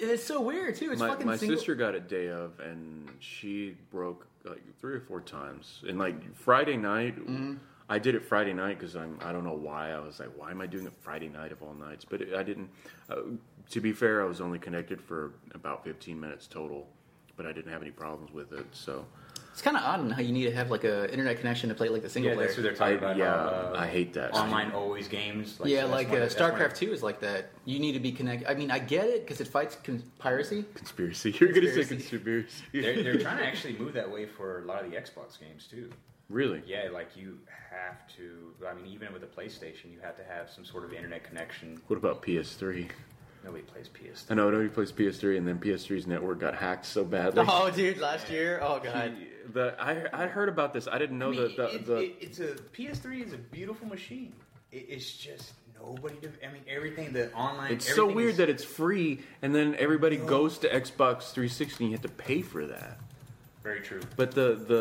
Speaker 3: it's so weird too. It's
Speaker 1: my,
Speaker 3: fucking
Speaker 1: my
Speaker 3: single-
Speaker 1: sister got it day of and she broke like three or four times and like friday night
Speaker 3: Mm-hmm.
Speaker 1: i did it friday night because i'm i don't know why i was like why am i doing it friday night of all nights but it, i didn't uh, to be fair i was only connected for about 15 minutes total but i didn't have any problems with it so
Speaker 3: It's kind of odd on how you need to have like a internet connection to play like the single
Speaker 2: Yeah,
Speaker 3: player.
Speaker 2: that's what they're
Speaker 1: I,
Speaker 2: talking about.
Speaker 1: yeah
Speaker 2: uh,
Speaker 1: i hate that
Speaker 2: online always games.
Speaker 3: yeah,
Speaker 2: so that's
Speaker 3: like
Speaker 2: one
Speaker 3: uh,
Speaker 2: of the- that's one of
Speaker 3: StarCraft Two is like that. You need to be connected. I mean, I get it because it fights con- piracy.
Speaker 1: conspiracy you're gonna say
Speaker 3: Conspiracy.
Speaker 1: conspiracy
Speaker 2: the- They're, they're trying to actually move that way for a lot of the Xbox games too.
Speaker 1: really
Speaker 2: Yeah, like you have to. I mean, even with the PlayStation, you have to have some sort of internet connection.
Speaker 1: what about ps3
Speaker 2: Nobody plays PS3.
Speaker 1: i know nobody plays ps3 and then ps3's network got hacked so badly
Speaker 3: Oh, dude, last year. Oh god.
Speaker 1: The I I heard about this. I didn't know
Speaker 2: I mean,
Speaker 1: Oh, the, the,
Speaker 2: it-
Speaker 1: the
Speaker 2: it- it's a PS3 is a beautiful machine. It, it's just nobody. dev- I mean, everything the online.
Speaker 1: It's so
Speaker 2: everything
Speaker 1: weird
Speaker 2: is-
Speaker 1: that it's free, and then everybody goes to Xbox 360, and you have to pay for that.
Speaker 2: very true.
Speaker 1: But the the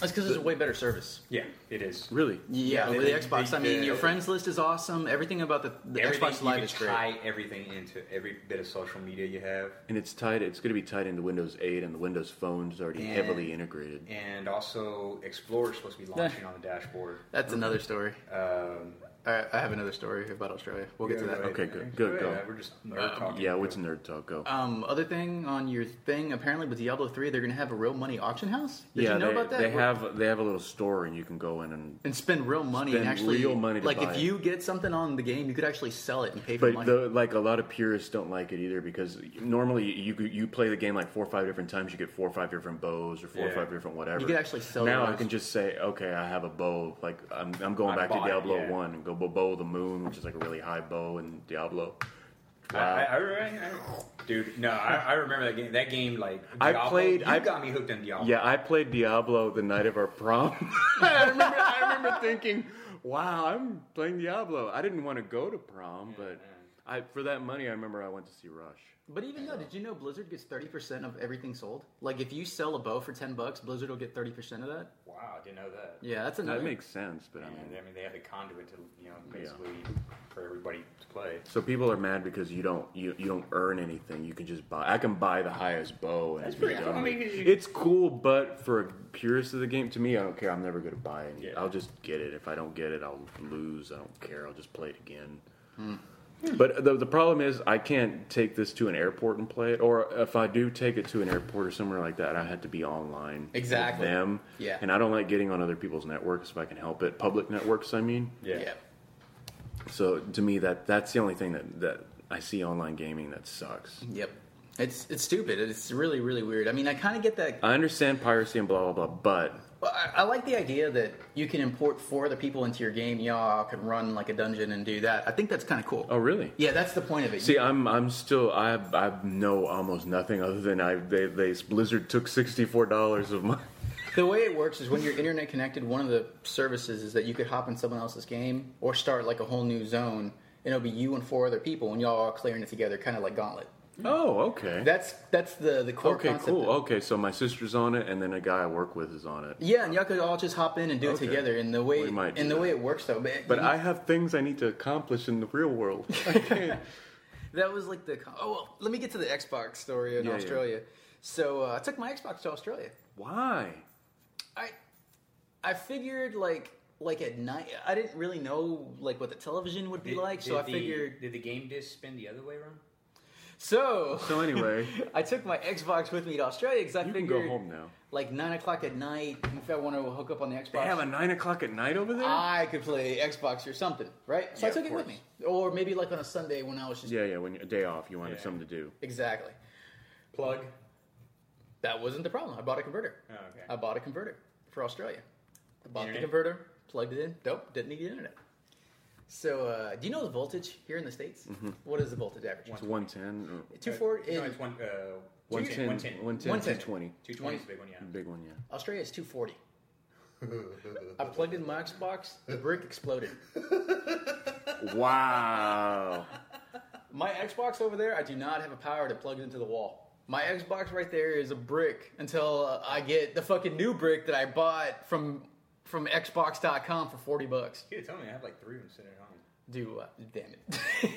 Speaker 3: That's because it's a way better service.
Speaker 2: Yeah, it is.
Speaker 1: really,
Speaker 3: Yeah,
Speaker 2: Yeah,
Speaker 3: with the
Speaker 2: they-
Speaker 3: Xbox.
Speaker 2: they-
Speaker 3: I mean,
Speaker 2: they-
Speaker 3: your friends list is awesome. Everything about the, the
Speaker 2: everything,
Speaker 3: Xbox
Speaker 2: you
Speaker 3: Live
Speaker 2: can
Speaker 3: is great.
Speaker 2: tie everything into every bit of social media you have,
Speaker 1: and it's tied. It's going to be tied into Windows 8, and the Windows Phone is already
Speaker 2: Yeah.
Speaker 1: heavily integrated.
Speaker 2: and also Explorer is supposed to be launching on the dashboard.
Speaker 3: That's
Speaker 2: Mm-hmm.
Speaker 3: another story.
Speaker 2: Um,
Speaker 3: All right, I have another story about Australia. We'll get to that.
Speaker 1: Okay, good, good, go. Um,
Speaker 2: Yeah, We're just nerd talking.
Speaker 1: Yeah, what's nerd talk? Go.
Speaker 3: Um, other thing on your thing, apparently with Diablo 3, they're going to have a real money auction house. Did
Speaker 1: yeah,
Speaker 3: you know
Speaker 1: they,
Speaker 3: about that?
Speaker 1: they
Speaker 3: Where-
Speaker 1: have they have a little store, and you can go in and.
Speaker 3: and spend real money and
Speaker 1: Spend
Speaker 3: actually
Speaker 1: real money to
Speaker 3: like
Speaker 1: buy
Speaker 3: if
Speaker 1: it.
Speaker 3: you get something on the game, you could actually sell it and pay for
Speaker 1: But
Speaker 3: money.
Speaker 1: the, like a lot of purists don't like it either because normally you you play the game like four or five different times, you get four or five different bows or four or
Speaker 2: Yeah.
Speaker 1: five different whatever.
Speaker 3: You could actually sell
Speaker 1: now
Speaker 3: those.
Speaker 1: I can just say, okay, I have a bow. Like I'm, I'm going
Speaker 2: I
Speaker 1: back to
Speaker 2: bought it,
Speaker 1: Diablo
Speaker 2: yeah.
Speaker 1: One and go bow- bow of the moon, which is like a really high bow in Diablo.
Speaker 2: I, I,
Speaker 1: uh,
Speaker 2: I, I- dude, no, I, I remember that game. That game, like
Speaker 1: I
Speaker 2: Diablo,
Speaker 1: played-
Speaker 2: You
Speaker 1: I-
Speaker 2: got me hooked on Diablo.
Speaker 1: Yeah, I played Diablo the night of our prom. I remember, I remember thinking, wow, I'm playing Diablo. I didn't want to go to prom, but I for that money, I remember I went to see Rush.
Speaker 3: but even though, did you know Blizzard gets thirty percent of everything sold? Like if you sell a bow for ten bucks, Blizzard will get thirty percent of that.
Speaker 2: Wow, I didn't know that.
Speaker 3: Yeah, that's another.
Speaker 1: That makes sense, but I
Speaker 2: And,
Speaker 1: mean,
Speaker 2: I mean, they had the conduit to, you know, basically for everybody to play.
Speaker 1: so people are mad because you don't you, you don't earn anything. You can just buy. I can buy the highest bow. And That's
Speaker 2: pretty cool. I mean, you-
Speaker 1: it's cool, but for a purist of the game, to me, I don't care. I'm never gonna buy it.
Speaker 2: Yeah.
Speaker 1: I'll just get it. If I don't get it, I'll lose. I don't care. I'll just play it again.
Speaker 3: Hmm.
Speaker 1: But the, the problem is, I can't take this to an airport and play it. Or if I do take it to an airport or somewhere like that, I have to be online
Speaker 3: Exactly.
Speaker 1: with them.
Speaker 3: Yeah.
Speaker 1: And I don't like getting on other people's networks if I can help it. Public networks, I mean.
Speaker 2: Yeah.
Speaker 3: yeah.
Speaker 1: So to me, that that's the only thing that that I see online gaming that sucks.
Speaker 3: Yep. It's it's stupid. It's really really weird. I mean, I kind of get that.
Speaker 1: I understand piracy and blah blah blah, but
Speaker 3: Well, I, I like the idea that you can import four other people into your game. Y'all can run like a dungeon and do that. I think that's kind of cool.
Speaker 1: oh really?
Speaker 3: Yeah, that's the point of it.
Speaker 1: See, I'm I'm still I I know almost nothing other than I they they Blizzard took sixty four dollars of my
Speaker 3: the way it works is when you're internet connected, one of the services is that you could hop in someone else's game or start like a whole new zone, and it'll be you and four other people, and y'all are clearing it together, kind of like Gauntlet.
Speaker 1: Oh, okay.
Speaker 3: That's that's the the core
Speaker 1: okay,
Speaker 3: concept.
Speaker 1: cool. Okay, so my sister's on it, and then a guy I work with is on it.
Speaker 3: Yeah, and y'all could all just hop in and do it
Speaker 1: Okay.
Speaker 3: together. And the way
Speaker 1: We might do
Speaker 3: and the
Speaker 1: that.
Speaker 3: way it works though, but,
Speaker 1: But I have things I need to accomplish in the real world. I can't.
Speaker 3: That was like the. Oh, well, let me get to the Xbox story in
Speaker 1: Yeah, yeah.
Speaker 3: Australia. So uh, I took my Xbox to Australia.
Speaker 1: Why?
Speaker 3: I, I figured like like at night. I didn't really know like what the television would be like, so I
Speaker 2: the,
Speaker 3: figured.
Speaker 2: Did the game disc spin the other way around?
Speaker 3: So
Speaker 1: So anyway,
Speaker 3: I took my Xbox with me to Australia because I
Speaker 1: you can
Speaker 3: figured
Speaker 1: go home now.
Speaker 3: like nine o'clock at night if I want to hook up on the Xbox.
Speaker 1: They have a nine o'clock at night over there.
Speaker 3: I could play Xbox or something, right? So
Speaker 2: Yeah,
Speaker 3: I took
Speaker 2: of
Speaker 3: it with
Speaker 2: course.
Speaker 3: me, or maybe like on a Sunday when I was just
Speaker 1: yeah, yeah. When you a day off, you wanted
Speaker 2: Yeah.
Speaker 1: something to do.
Speaker 3: exactly.
Speaker 2: Plug.
Speaker 3: That wasn't the problem. I bought a converter.
Speaker 2: Oh, okay.
Speaker 3: I bought a converter for Australia. I bought the
Speaker 2: Internet?
Speaker 3: converter, plugged it in. Dope. Didn't need the internet. So, uh, do you know the voltage here in the states? What is the voltage average?
Speaker 2: Mm-hmm. One-
Speaker 1: It's 110. Or
Speaker 3: Two forty.
Speaker 2: No, it's one. Uh,
Speaker 1: 110.
Speaker 2: 110.
Speaker 1: 110.
Speaker 3: 110.
Speaker 1: 220.
Speaker 2: 220 is the big one, yeah.
Speaker 1: Big one, yeah.
Speaker 3: Australia is two forty. I plugged in my Xbox. The brick exploded.
Speaker 1: Wow.
Speaker 3: My Xbox over there, I do not have a power to plug it into the wall. My Xbox right there is a brick until uh, I get the fucking new brick that I bought from from Xbox.com for forty bucks.
Speaker 2: Dude, tell me, I have like three of them sitting at home.
Speaker 3: Do uh, damn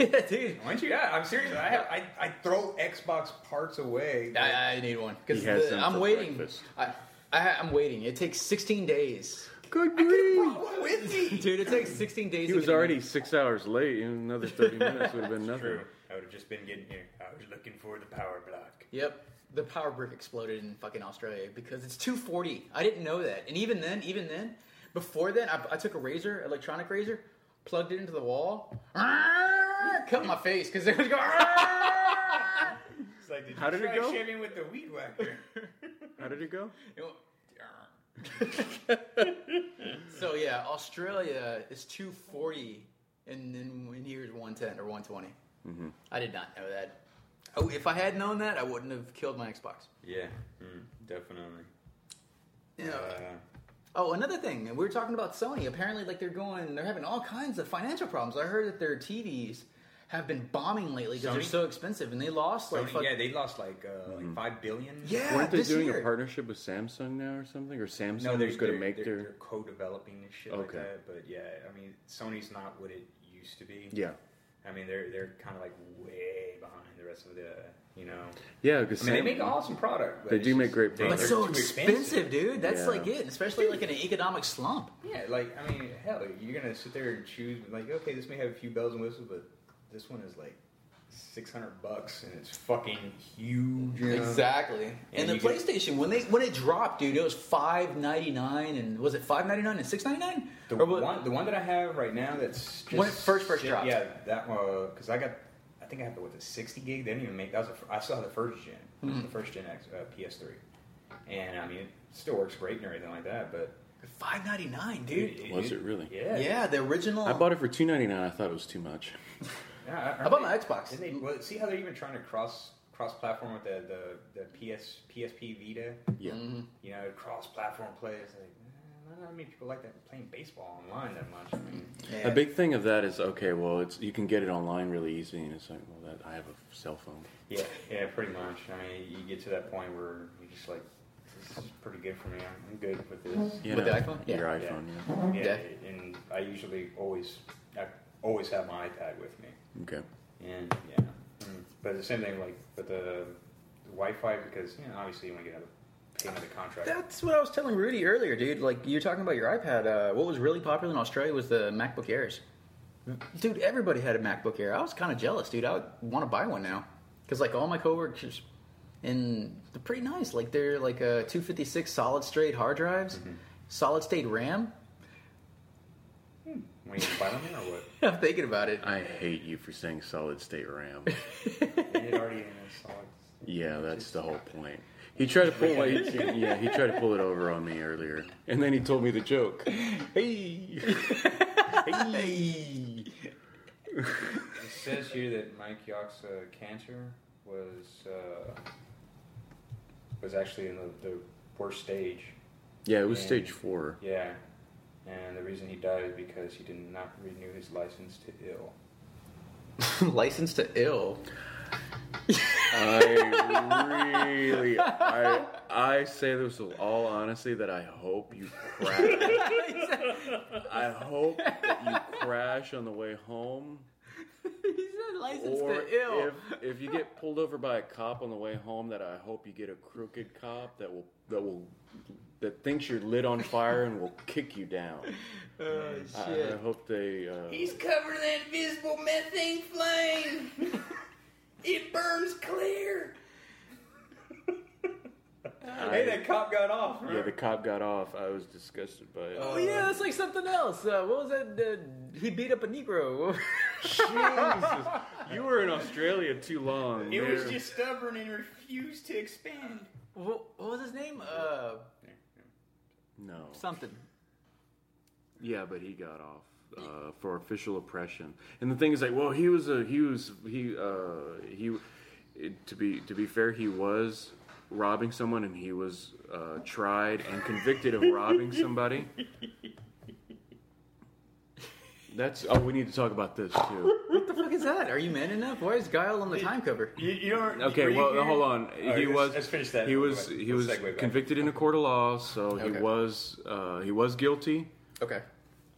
Speaker 3: it, dude.
Speaker 2: Why don't you? Yeah, I'm serious. I have. I, I throw Xbox parts away. like-
Speaker 3: I, I need one because
Speaker 1: He has them
Speaker 3: I'm
Speaker 1: for
Speaker 3: waiting.
Speaker 1: breakfast.
Speaker 3: I, I, I'm waiting. It takes 16 days,
Speaker 1: Good grief.
Speaker 2: What with me?
Speaker 3: dude. It takes 16 days.
Speaker 1: He
Speaker 3: to
Speaker 1: was
Speaker 3: get a new-
Speaker 1: already six hours late. and Another 30 minutes would have been nothing.
Speaker 2: True. I would have just been getting here. I was looking for the power block.
Speaker 3: Yep. The power brick exploded in fucking Australia because it's 240. I didn't know that. And even then, even then, before then, I, I took a razor, electronic razor, plugged it into the wall, cut my face because it was going.
Speaker 2: It's like, did
Speaker 1: How
Speaker 2: you
Speaker 1: did it
Speaker 2: try
Speaker 1: go?
Speaker 2: shaving with the weed whacker?
Speaker 1: How did it go?
Speaker 3: It went- so yeah, Australia is 240, and then here is 110 or 120.
Speaker 2: Mm-hmm.
Speaker 3: I did not know that. Oh, if I had known that, I wouldn't have killed my Xbox.
Speaker 2: yeah, mm, definitely.
Speaker 3: Yeah.
Speaker 2: Uh,
Speaker 3: Oh, another thing, we were talking about Sony. Apparently, like they're going, they're having all kinds of financial problems. I heard that their TVs have been bombing lately because they're
Speaker 2: Sony?
Speaker 3: so expensive, and they lost like
Speaker 2: Sony,
Speaker 3: fuck-
Speaker 2: yeah, they lost like uh,
Speaker 1: Mm-hmm.
Speaker 2: like five billion.
Speaker 3: yeah,
Speaker 1: Weren't they
Speaker 3: this
Speaker 1: doing
Speaker 3: year.
Speaker 1: a partnership with Samsung now or something? Or Samsung
Speaker 2: No, they're
Speaker 1: was going to
Speaker 2: they're-
Speaker 1: make
Speaker 2: they're,
Speaker 1: their.
Speaker 2: they're co-developing this shit like
Speaker 1: Okay.
Speaker 2: that. But yeah, I mean, Sony's not what it used to be.
Speaker 1: Yeah.
Speaker 2: I mean, they're they're kind of like way behind the rest of the you know.
Speaker 1: Yeah, because
Speaker 2: I mean, they make an awesome product. but
Speaker 1: They
Speaker 2: it's
Speaker 1: do make great
Speaker 2: they-
Speaker 3: But
Speaker 1: products.
Speaker 2: they're
Speaker 3: so
Speaker 2: too
Speaker 3: expensive, dude. That's
Speaker 1: Yeah.
Speaker 3: like it, especially like in an economic slump.
Speaker 2: Yeah, like I mean, hell, you're gonna sit there and choose like, okay, this may have a few bells and whistles, but this one is like six hundred bucks and it's fucking huge. you know?
Speaker 3: Exactly. And,
Speaker 2: And
Speaker 3: the
Speaker 2: you get-
Speaker 3: PlayStation when they when it dropped, dude, it was five ninety nine, and was it five ninety nine and six ninety nine?
Speaker 2: The one, the one that I have right now, that's just
Speaker 3: When it first- first
Speaker 2: shit-
Speaker 3: dropped.
Speaker 2: Yeah, that one because I got, I think I had the what the sixty gig. They didn't even make that. Was the, fir- I still have the first gen,
Speaker 3: Hmm.
Speaker 2: the first gen X, uh, PS3, and I mean, it still works great and everything like that. But
Speaker 3: five ninety nine, dude.
Speaker 1: Was it really?
Speaker 2: Yeah,
Speaker 3: Yeah, the original.
Speaker 1: I bought it for two ninety nine. I thought it was too much.
Speaker 2: Yeah, aren't
Speaker 3: How about
Speaker 2: they-
Speaker 3: my Xbox?
Speaker 2: Didn't they, well, see how they're even trying to cross cross platform with the, the, the PS PSP Vita.
Speaker 1: Yeah.
Speaker 3: Mm-hmm.
Speaker 2: You know, cross platform play. It's like eh, not that many people like that playing baseball online that much. I mean,
Speaker 3: Yeah.
Speaker 1: A big thing of that is okay. Well, it's you can get it online really easy, and it's like, well, that I have a cell phone.
Speaker 2: yeah, yeah, pretty much. I mean, you get to that point where you're just like, this is pretty good for me. I'm I'm good with this.
Speaker 1: You
Speaker 3: With the iPhone?
Speaker 1: Your
Speaker 3: Yeah.
Speaker 1: iPhone. Mm-hmm. Yeah.
Speaker 2: Yeah,
Speaker 3: Yeah.
Speaker 2: and I usually always I always have my iPad with me.
Speaker 1: Okay.
Speaker 2: And yeah, mm. but the same thing like with the, the Wi-Fi because you know obviously you want to get another pay another contract.
Speaker 3: That's what I was telling Rudy earlier, dude. Like you're talking about your iPad. Uh, what was really popular in Australia was the MacBook Airs. Dude, everybody had a MacBook Air. I was kind of jealous, dude. I would want to buy one now because like all my coworkers, and they're pretty nice. Like they're like uh, 256 solid state hard drives, solid state RAM.
Speaker 2: When you buy them or what?
Speaker 3: I'm thinking about it.
Speaker 1: I hate you for saying solid state RAM.
Speaker 2: It already installed.
Speaker 1: yeah, that's the whole point. He tried to pull. he- yeah, he tried to pull it over on me earlier, and then he told me the joke. Hey. hey.
Speaker 2: It says here that Mike Yock's uh, cancer was uh, was actually in the, the worst stage.
Speaker 1: Yeah, it was
Speaker 2: Yeah.
Speaker 1: stage four.
Speaker 2: Yeah, and the reason he died is because he did not renew his license to ill.
Speaker 3: License to ill.
Speaker 1: I really, I, I say this with all honesty that I hope you crash. I hope that you crash on the way home,
Speaker 3: he said license
Speaker 1: or
Speaker 3: to ill.
Speaker 1: if if you get pulled over by a cop on the way home, that I hope you get a crooked cop that will that will that thinks you're lit on fire and will kick you down.
Speaker 3: oh
Speaker 1: I, I hope they. Uh,
Speaker 4: He's covered in that invisible methane flame. it burns clear.
Speaker 2: Hey, that cop got off.
Speaker 1: yeah, the cop got off. I was disgusted by it.
Speaker 3: Oh yeah, that's like something else. Uh, what was that? Uh, he beat up a Negro.
Speaker 1: Jesus, you were in Australia too long.
Speaker 2: It was
Speaker 1: There-
Speaker 2: just stubborn and refused to expand.
Speaker 3: What, what was his name? Uh,
Speaker 1: No.
Speaker 3: something.
Speaker 1: Yeah, but he got off uh, for official oppression. And the thing is, like, well, he was a he was he uh, he it- to be to be fair, he was robbing someone, and he was uh, tried and convicted of robbing somebody. That's oh, we need to talk about this too.
Speaker 3: What the fuck is that? Are you man enough? Why is Guile on the time cover?
Speaker 2: You, you don't,
Speaker 1: Okay,
Speaker 2: were you
Speaker 1: well,
Speaker 2: here?
Speaker 1: hold on.
Speaker 2: All right,
Speaker 1: he
Speaker 2: let's-
Speaker 1: was
Speaker 2: Let's finish that.
Speaker 1: He
Speaker 2: We'll
Speaker 1: was
Speaker 2: go back.
Speaker 1: he
Speaker 2: Let's
Speaker 1: was
Speaker 2: segue back.
Speaker 1: convicted in a court of law, so he
Speaker 3: Okay.
Speaker 1: was uh, he was guilty.
Speaker 3: Okay.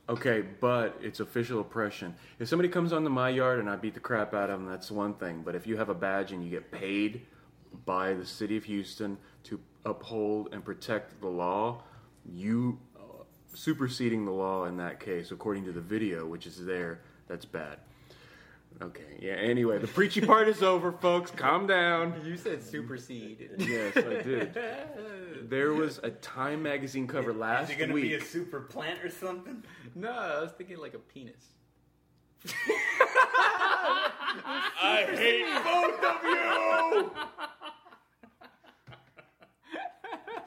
Speaker 1: Okay, but it's official oppression. If somebody comes onto my yard and I beat the crap out of them, that's one thing. But if you have a badge and you get paid by the city of Houston to uphold and protect the law, you uh, superseding the law in that case, according to the video, which is there, that's bad. Okay, yeah, anyway, the preachy part is over, folks. Calm down.
Speaker 3: You said supersede.
Speaker 1: Yes, I did. There was a Time magazine cover
Speaker 2: Is
Speaker 1: last
Speaker 2: it gonna
Speaker 1: week.
Speaker 2: be a super plant or something?
Speaker 3: no, I was thinking like a penis.
Speaker 1: I hate both of you.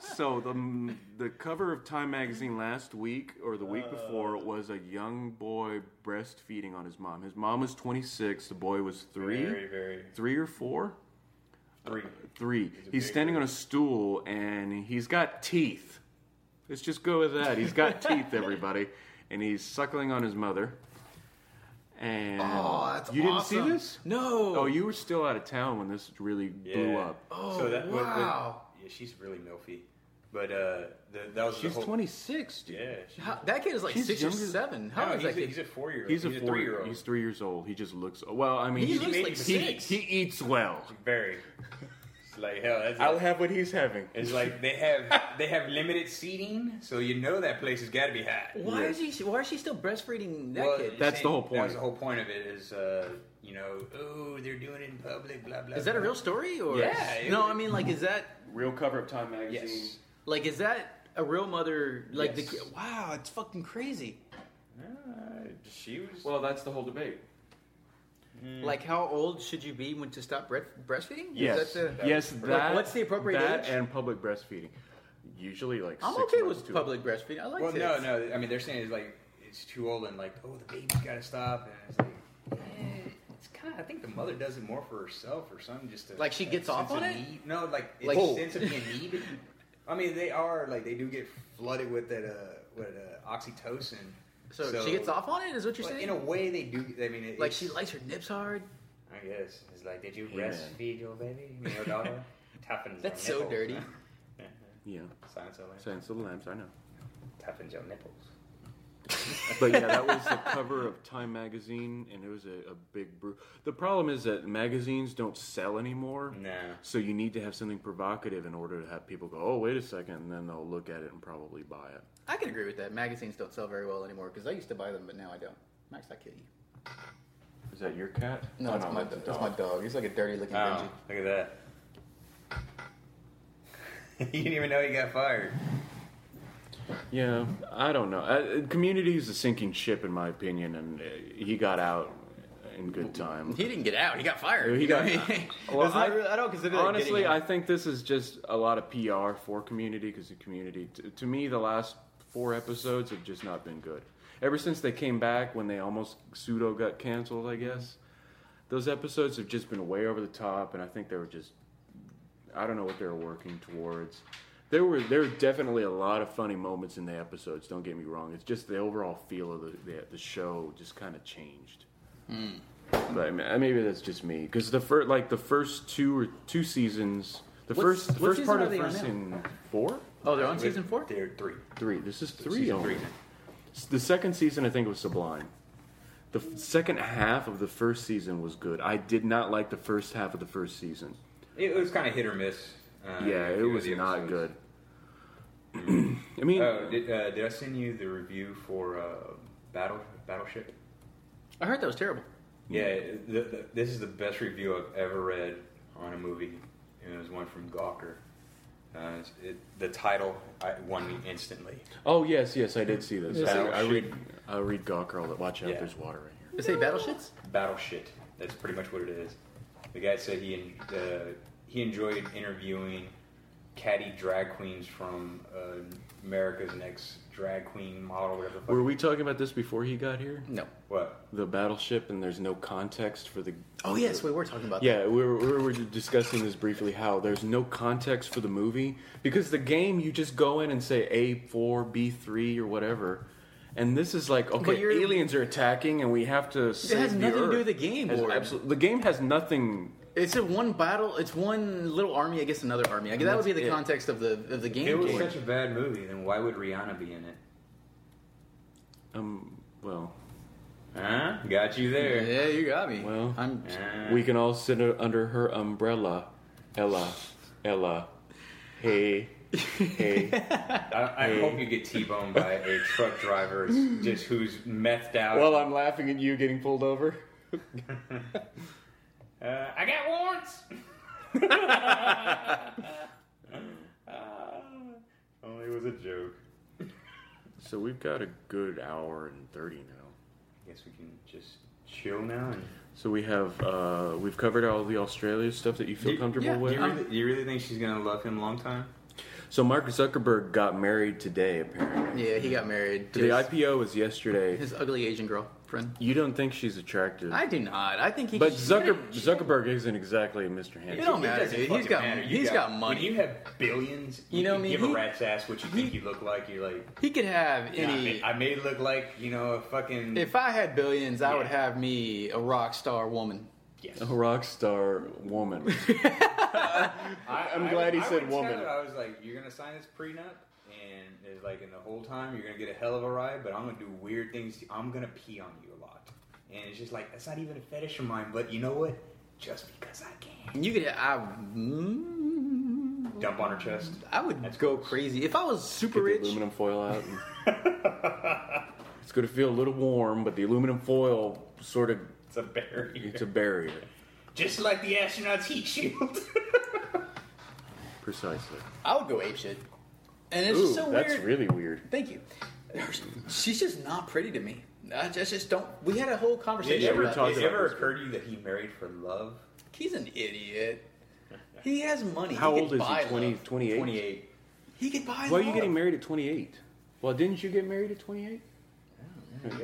Speaker 1: so the the cover of Time magazine last week or the week
Speaker 2: Uh.
Speaker 1: before was a young boy breastfeeding on his mom. His mom was 26. The boy was three,
Speaker 2: Very, very
Speaker 1: three or four,
Speaker 2: three.
Speaker 1: three.
Speaker 2: a
Speaker 1: He's
Speaker 2: big
Speaker 1: standing
Speaker 2: boy.
Speaker 1: on a stool and he's got teeth. Let's just go with that. He's got teeth, everybody, and he's suckling on his mother. And
Speaker 2: Oh,
Speaker 1: you didn't see this?
Speaker 3: No.
Speaker 1: Oh, you were still out of town when this really blew
Speaker 2: Yeah.
Speaker 1: up.
Speaker 3: Oh,
Speaker 2: that- what- what-
Speaker 3: wow.
Speaker 2: yeah, she's really milfy, but uh, the, that was the
Speaker 1: She's
Speaker 2: whole,
Speaker 1: 26, dude.
Speaker 2: Yeah, she,
Speaker 3: How- that kid is like
Speaker 1: She's
Speaker 3: six or
Speaker 1: younger-
Speaker 3: seven. How
Speaker 2: no,
Speaker 3: is
Speaker 2: he's,
Speaker 3: that
Speaker 2: a,
Speaker 3: kid?
Speaker 2: he's a four-year-old.
Speaker 1: He's a, four.
Speaker 2: three-year-old.
Speaker 1: He's three years old. He just looks. Well, I mean,
Speaker 3: he
Speaker 1: he,
Speaker 3: looks
Speaker 2: made
Speaker 1: he,
Speaker 3: like six.
Speaker 1: he eats well.
Speaker 2: very. It's like hell. That's
Speaker 1: I'll have what he's having.
Speaker 2: It's like they have they have limited seating, so you know that place has got to be hot.
Speaker 3: why is he? Why is she still breastfeeding that
Speaker 2: Well,
Speaker 3: kid?
Speaker 1: That's the whole
Speaker 2: That
Speaker 1: point.
Speaker 2: was the whole point of it is, uh, you know, oh, they're doing it in public, blah blah.
Speaker 3: Is that a
Speaker 2: blah.
Speaker 3: real story or?
Speaker 2: Yeah, it
Speaker 3: no,
Speaker 2: was-
Speaker 3: I mean, like, is that
Speaker 1: Real cover of Time magazine.
Speaker 2: Yes.
Speaker 3: like is that a real mother? Like
Speaker 2: Yes.
Speaker 3: the kid? Wow, it's fucking crazy.
Speaker 2: Uh, she was.
Speaker 1: Well, that's the whole debate.
Speaker 3: Like, how old should you be when to stop breast- breastfeeding?
Speaker 1: Yes.
Speaker 3: Is that the,
Speaker 1: yes.
Speaker 3: Like,
Speaker 1: That.
Speaker 3: what's the appropriate
Speaker 1: that
Speaker 3: age?
Speaker 1: and public breastfeeding. Usually, like
Speaker 3: I'm
Speaker 1: six
Speaker 3: okay
Speaker 1: months
Speaker 3: with
Speaker 1: to-
Speaker 3: public breastfeeding. I like
Speaker 2: Well,
Speaker 3: it.
Speaker 2: no, no. I mean, they're saying it's like it's too old and like, oh, the baby's got to stop, and it's like, eh, it's kind of. I think the mother does it more for herself or something, just to
Speaker 3: Like she gets
Speaker 2: a
Speaker 3: off
Speaker 2: sense
Speaker 3: on
Speaker 2: of
Speaker 3: it?
Speaker 2: Need. No, like it's
Speaker 3: Like-
Speaker 2: a sense of being needed. I mean, they are like they do get flooded with that uh, with uh, oxytocin.
Speaker 3: So, she gets off on it, is what you're
Speaker 2: But
Speaker 3: saying?
Speaker 2: in a way, they do. I mean, it,
Speaker 3: like
Speaker 2: it's-
Speaker 3: she likes her nips hard.
Speaker 2: I guess it's like, did you
Speaker 1: Yeah.
Speaker 2: breastfeed your baby, your daughter? Tapping
Speaker 3: That's so dirty.
Speaker 1: Yeah.
Speaker 2: Science of it.
Speaker 1: Science of the Lambs. I know.
Speaker 2: Tapping your nipples.
Speaker 1: But yeah, that was the cover of Time magazine, and it was a, a big brew. The problem is that magazines don't sell anymore.
Speaker 2: No.
Speaker 1: So you need to have something provocative in order to have people go, oh, wait a second, and then they'll look at it and probably buy it.
Speaker 3: I can agree with that. Magazines don't sell very well anymore because I used to buy them, but now I don't. Max, I kill you.
Speaker 1: Is that your cat? Oh,
Speaker 3: No, it's my dog. It's my dog. He's like a dirty looking
Speaker 2: Oh,
Speaker 3: Benji.
Speaker 2: look at that. you didn't even know he got fired.
Speaker 1: Yeah, I don't know. Uh, Community is a sinking ship, in my opinion, and uh, he got out in good time.
Speaker 3: He didn't get out. He got fired.
Speaker 1: He
Speaker 3: You know what
Speaker 1: got-
Speaker 3: I mean?
Speaker 1: Well,
Speaker 3: It's not
Speaker 1: I-
Speaker 3: really- I don't consider that
Speaker 1: Honestly,
Speaker 3: getting
Speaker 1: I
Speaker 3: out.
Speaker 1: think this is just a lot of PR for community because the community, t- to me, the last four episodes have just not been good. Ever since they came back when they almost pseudo got canceled, I guess, those episodes have just been way over the top, and I think they were just, I don't know what they were working towards. There were there were definitely a lot of funny moments in the episodes. Don't get me wrong. It's just the overall feel of the the, the show just kind of changed.
Speaker 3: Hmm.
Speaker 1: But I mean, uh, maybe that's just me because the first, like the first two or two seasons, the
Speaker 3: What's-
Speaker 1: first
Speaker 3: what
Speaker 1: first
Speaker 3: season
Speaker 1: part
Speaker 3: are
Speaker 1: of
Speaker 3: they on
Speaker 1: first
Speaker 3: now?
Speaker 1: season four,
Speaker 3: Oh, they're on season
Speaker 2: Wait,
Speaker 3: four.
Speaker 2: They're three.
Speaker 1: three. This is three.
Speaker 2: Season
Speaker 1: only.
Speaker 2: three.
Speaker 1: S- The second season, I think, was Sublime. The f- second half of the first season was good. I did not like the first half of the first season.
Speaker 2: It was kind of hit or miss. Uh,
Speaker 1: yeah,
Speaker 2: a
Speaker 1: it
Speaker 2: few of
Speaker 1: was
Speaker 2: the
Speaker 1: not
Speaker 2: episodes.
Speaker 1: good. I mean,
Speaker 2: Oh, did, uh, did I send you the review for uh, Battle Battleship?
Speaker 3: I heard that was terrible.
Speaker 2: Yeah, the, the, this is the best review I've ever read on a movie. And it was one from Gawker. Uh, it's- it, the title I, won me instantly.
Speaker 1: oh yes, yes, I did see this.
Speaker 2: Yes,
Speaker 1: I, I
Speaker 2: I-
Speaker 1: read, I read Gawker. all the- Watch out,
Speaker 2: Yeah.
Speaker 1: there's water right here.
Speaker 3: They say battleships.
Speaker 2: Battleship. That's pretty much what it is. The guy said he en- uh, he enjoyed interviewing catty drag queens from uh, America's Next Drag Queen Model, whatever. The fuck.
Speaker 1: Were we talking about this before he got here?
Speaker 3: No.
Speaker 2: What?
Speaker 1: The battleship, and there's no context for the.
Speaker 3: Oh yes, we were talking about that.
Speaker 1: Yeah, we were, we were discussing this briefly. How there's no context for the movie because the game you just go in and say A four B three or whatever, and this is like okay,
Speaker 3: you're-
Speaker 1: aliens are attacking and we have to. Save
Speaker 3: has
Speaker 1: the
Speaker 3: nothing to
Speaker 1: Earth.
Speaker 3: do with the game,
Speaker 1: Has
Speaker 3: Lord.
Speaker 1: absolute- the game has nothing.
Speaker 3: It's a one battle. It's one little army against another army. I guess that would be the
Speaker 1: Yeah.
Speaker 3: context of the of the game.
Speaker 2: If it was
Speaker 3: game.
Speaker 2: such a bad movie, then why would Rihanna be in it?
Speaker 1: Um. Well,
Speaker 2: Huh? Got you there.
Speaker 3: yeah, you got me.
Speaker 1: Well,
Speaker 3: I'm
Speaker 2: Huh?
Speaker 1: we can all sit u- under her umbrella. Ella, Ella, hey, hey.
Speaker 2: I, I hope you get T-boned by a truck driver just who's methed out.
Speaker 1: Well, I'm laughing at you getting pulled over.
Speaker 2: Uh, I got warrants. uh, only was a joke.
Speaker 1: So we've got a good hour and thirty now.
Speaker 2: I guess we can just chill now. And
Speaker 1: So we have uh, we've covered all the Australia stuff that you feel
Speaker 2: Do-
Speaker 1: comfortable
Speaker 3: yeah,
Speaker 1: with.
Speaker 2: do you, really, do you really think she's gonna love him long time?
Speaker 1: So Mark Zuckerberg got married today, apparently.
Speaker 3: yeah, he got married to
Speaker 1: The
Speaker 3: his,
Speaker 1: IPO was yesterday.
Speaker 3: his ugly Asian girl friend.
Speaker 1: You don't think she's attractive,
Speaker 3: I do not. I think he.
Speaker 1: but
Speaker 3: she-
Speaker 1: Zucker, Zuckerberg isn't exactly Mr. Handsome.
Speaker 3: It don't
Speaker 2: It
Speaker 3: matter,
Speaker 2: doesn't
Speaker 3: dude. He's
Speaker 2: fucking
Speaker 3: got-
Speaker 2: matter. You
Speaker 3: he's got money.
Speaker 2: When you have billions, you,
Speaker 3: You know
Speaker 2: can
Speaker 3: what I mean?
Speaker 2: give
Speaker 3: He-
Speaker 2: a rat's ass what you
Speaker 3: he-
Speaker 2: think you look like. You're like,
Speaker 3: he could have
Speaker 2: "Nah, I
Speaker 3: any.
Speaker 2: may- I may look like you know a fucking
Speaker 3: if I had billions, I would
Speaker 2: Yeah.
Speaker 3: have me a rock star woman.
Speaker 2: yes.
Speaker 3: Oh,
Speaker 1: A rock star woman.
Speaker 2: I,
Speaker 1: I'm glad he said
Speaker 2: went to
Speaker 1: woman.
Speaker 2: Tyler, I was like, you're gonna sign this prenup, and it's like, in the whole time, you're gonna get a hell of a ride, but I'm gonna do weird things. to- I'm gonna pee on you a lot, and it's just like that's not even a fetish of mine. But you know what? Just because I can,
Speaker 3: You could. I. Mm,
Speaker 2: dump on her chest.
Speaker 3: I would
Speaker 2: That's
Speaker 3: go
Speaker 2: gross.
Speaker 3: crazy if I was super
Speaker 1: Get the
Speaker 3: rich.
Speaker 1: aluminum foil out. and- it's going to feel a little warm, but the aluminum foil sort of
Speaker 2: It's a barrier,
Speaker 1: it's a barrier,
Speaker 2: just like the astronaut's heat shield.
Speaker 1: precisely.
Speaker 3: I would go ape shit. And it's
Speaker 1: Ooh,
Speaker 3: just so
Speaker 1: that's
Speaker 3: weird.
Speaker 1: really weird.
Speaker 3: Thank you. She's just not pretty to me. I just, just don't. We had a whole
Speaker 2: Did
Speaker 3: conversation.
Speaker 2: it
Speaker 1: we
Speaker 2: ever,
Speaker 1: were
Speaker 3: about
Speaker 1: talking
Speaker 2: did
Speaker 3: this.
Speaker 2: it
Speaker 1: about
Speaker 2: ever
Speaker 1: this.
Speaker 2: occur to you that he married for love?
Speaker 3: He's an idiot. He has money.
Speaker 1: How
Speaker 3: he
Speaker 1: old
Speaker 3: could
Speaker 1: is
Speaker 3: buy
Speaker 1: he? 20,
Speaker 3: love.
Speaker 1: 28?
Speaker 2: Twenty-eight.
Speaker 3: He could buy.
Speaker 1: Why are
Speaker 3: love.
Speaker 1: you getting married at 28? Well, didn't you get married at 28?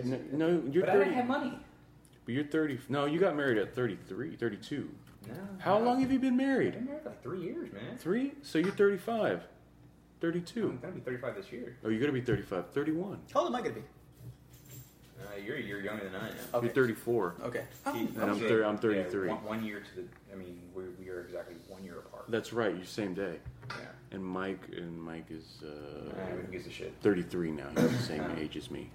Speaker 1: No, no, you're
Speaker 2: But I
Speaker 1: 30.
Speaker 2: didn't have money.
Speaker 1: But you're 30. No, you got married at 33, 32.
Speaker 2: No.
Speaker 1: How
Speaker 2: no.
Speaker 1: long have you been
Speaker 2: I've
Speaker 1: married?
Speaker 2: been married like three years, man.
Speaker 1: Three? So you're 35.
Speaker 2: I'm
Speaker 1: 32.
Speaker 2: gonna be thirty-five this year.
Speaker 1: Oh, you're going to be 35. 31.
Speaker 3: How old am I gonna be?
Speaker 2: Uh, you're a year younger than I am.
Speaker 1: You're 34.
Speaker 3: Okay.
Speaker 1: I'm thir- I'm 33.
Speaker 2: one, one year to the. I mean, we, we are exactly one year apart.
Speaker 1: That's right, you're same day.
Speaker 2: yeah.
Speaker 1: And Mike and Mike is uh,
Speaker 2: Uh, who gives a shit?
Speaker 1: 33 now. He's the same age as me.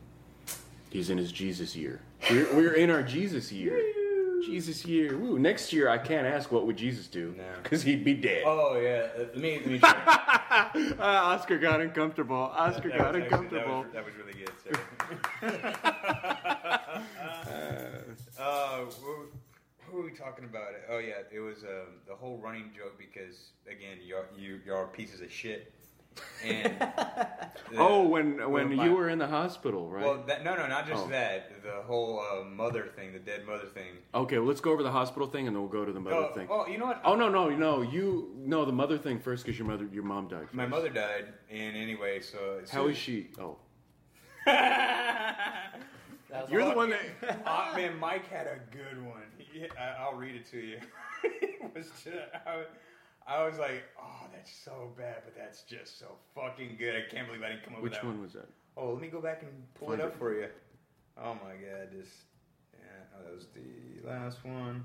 Speaker 1: He's in his Jesus year. We're, we're in our Jesus year. Jesus year. Woo. Next year, I can't ask what would Jesus do
Speaker 2: No.
Speaker 1: because he''d be dead.
Speaker 2: Oh yeah. uh, Let me. Let me check. That
Speaker 1: Ah, Oscar got uncomfortable. Oscar
Speaker 2: was
Speaker 1: got
Speaker 2: actually-
Speaker 1: uncomfortable.
Speaker 2: That was, that was really good. Sarah. uh, who, who were we talking about? Oh yeah, it was um, the whole running joke because again, y'all you y'all are pieces of shit. And
Speaker 1: oh, when when
Speaker 2: Well, my-
Speaker 1: you were in the hospital, right?
Speaker 2: Well, that, no, no, not just
Speaker 1: Oh.
Speaker 2: that. The whole uh, mother thing, the dead mother thing.
Speaker 1: okay, well, let's go over the hospital thing, and then we'll go to the mother
Speaker 2: oh,
Speaker 1: thing.
Speaker 2: oh, you know what?
Speaker 1: Oh no, no, no! You no the mother thing first because your mother, your mom died.
Speaker 2: My
Speaker 1: first.
Speaker 2: mother died, and anyway, so as
Speaker 1: How
Speaker 2: soon
Speaker 1: is
Speaker 2: as-
Speaker 1: she? Oh,
Speaker 3: That was
Speaker 1: you're
Speaker 3: all-
Speaker 1: the one that.
Speaker 2: Ah, man, Mike had a good one. He- I- I'll read it to you. it was just, I, was- I was like, oh, that's so bad, but that's just so fucking good. I can't believe I didn't come up with
Speaker 1: Which
Speaker 2: that
Speaker 1: one was that?
Speaker 2: Oh, let me go back and pull
Speaker 1: Find
Speaker 2: it up
Speaker 1: it.
Speaker 2: for you. Oh my god, this. Yeah, oh, that was the last one.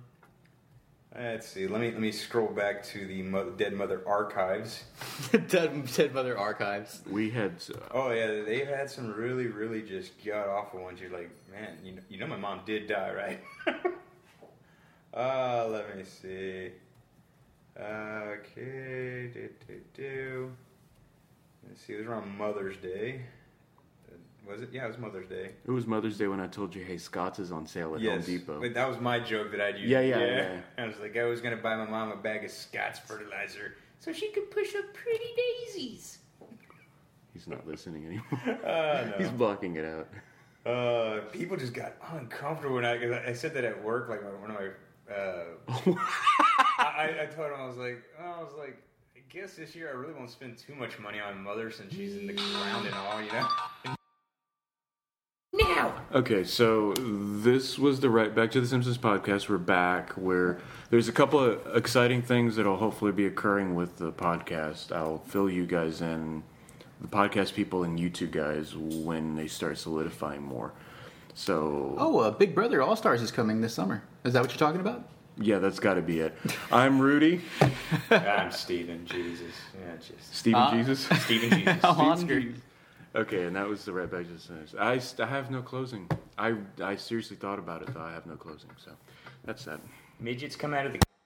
Speaker 2: Let's see. Let me let me scroll back to the mother, Dead Mother archives.
Speaker 3: dead, dead mother archives.
Speaker 1: We had. Uh,
Speaker 2: Oh yeah, they've had some really, really just god awful ones. You're like, man, you know, you know my mom did die, right? uh, let me see. Okay, do do do. Let's see. It was around Mother's Day. Uh, Was it? Yeah, it was Mother's Day.
Speaker 1: It was Mother's Day when I told you, "Hey, Scott's is on sale at Home Depot."
Speaker 2: But that was my joke that I'd use.
Speaker 1: Yeah, yeah, yeah.
Speaker 2: I was like, I was gonna buy my mom a bag of Scott's fertilizer.
Speaker 4: So she could push up pretty daisies.
Speaker 1: He's not listening anymore. He's blocking it out.
Speaker 2: Uh, people just got uncomfortable when I, 'cause I- I said that at work. Like my, one of my, uh, I, I- I told him I was like, I was like, guess this year I really won't spend too much money on mother since she's in the ground and all, you know.
Speaker 4: Now!
Speaker 1: Okay, so this was the right back to the Simpsons podcast. We're back where there's a couple of exciting things that'll hopefully be occurring with the podcast. I'll fill you guys in, the podcast people and YouTube guys, when they start solidifying more. So,
Speaker 3: Oh, uh, Big Brother All Stars is coming this summer. Is that what you're talking about?
Speaker 1: yeah, that's got to be it. I'm Rudy,
Speaker 2: I'm Steven, Jesus. Yeah, just
Speaker 1: Stephen Jesus.
Speaker 2: Steven Jesus.
Speaker 3: Andre.
Speaker 1: Okay, and that was the right back to the Simpsons. I, st- I have no closing. I, I seriously thought about it, though. I have no closing, so that's that.
Speaker 2: Midgets come out of the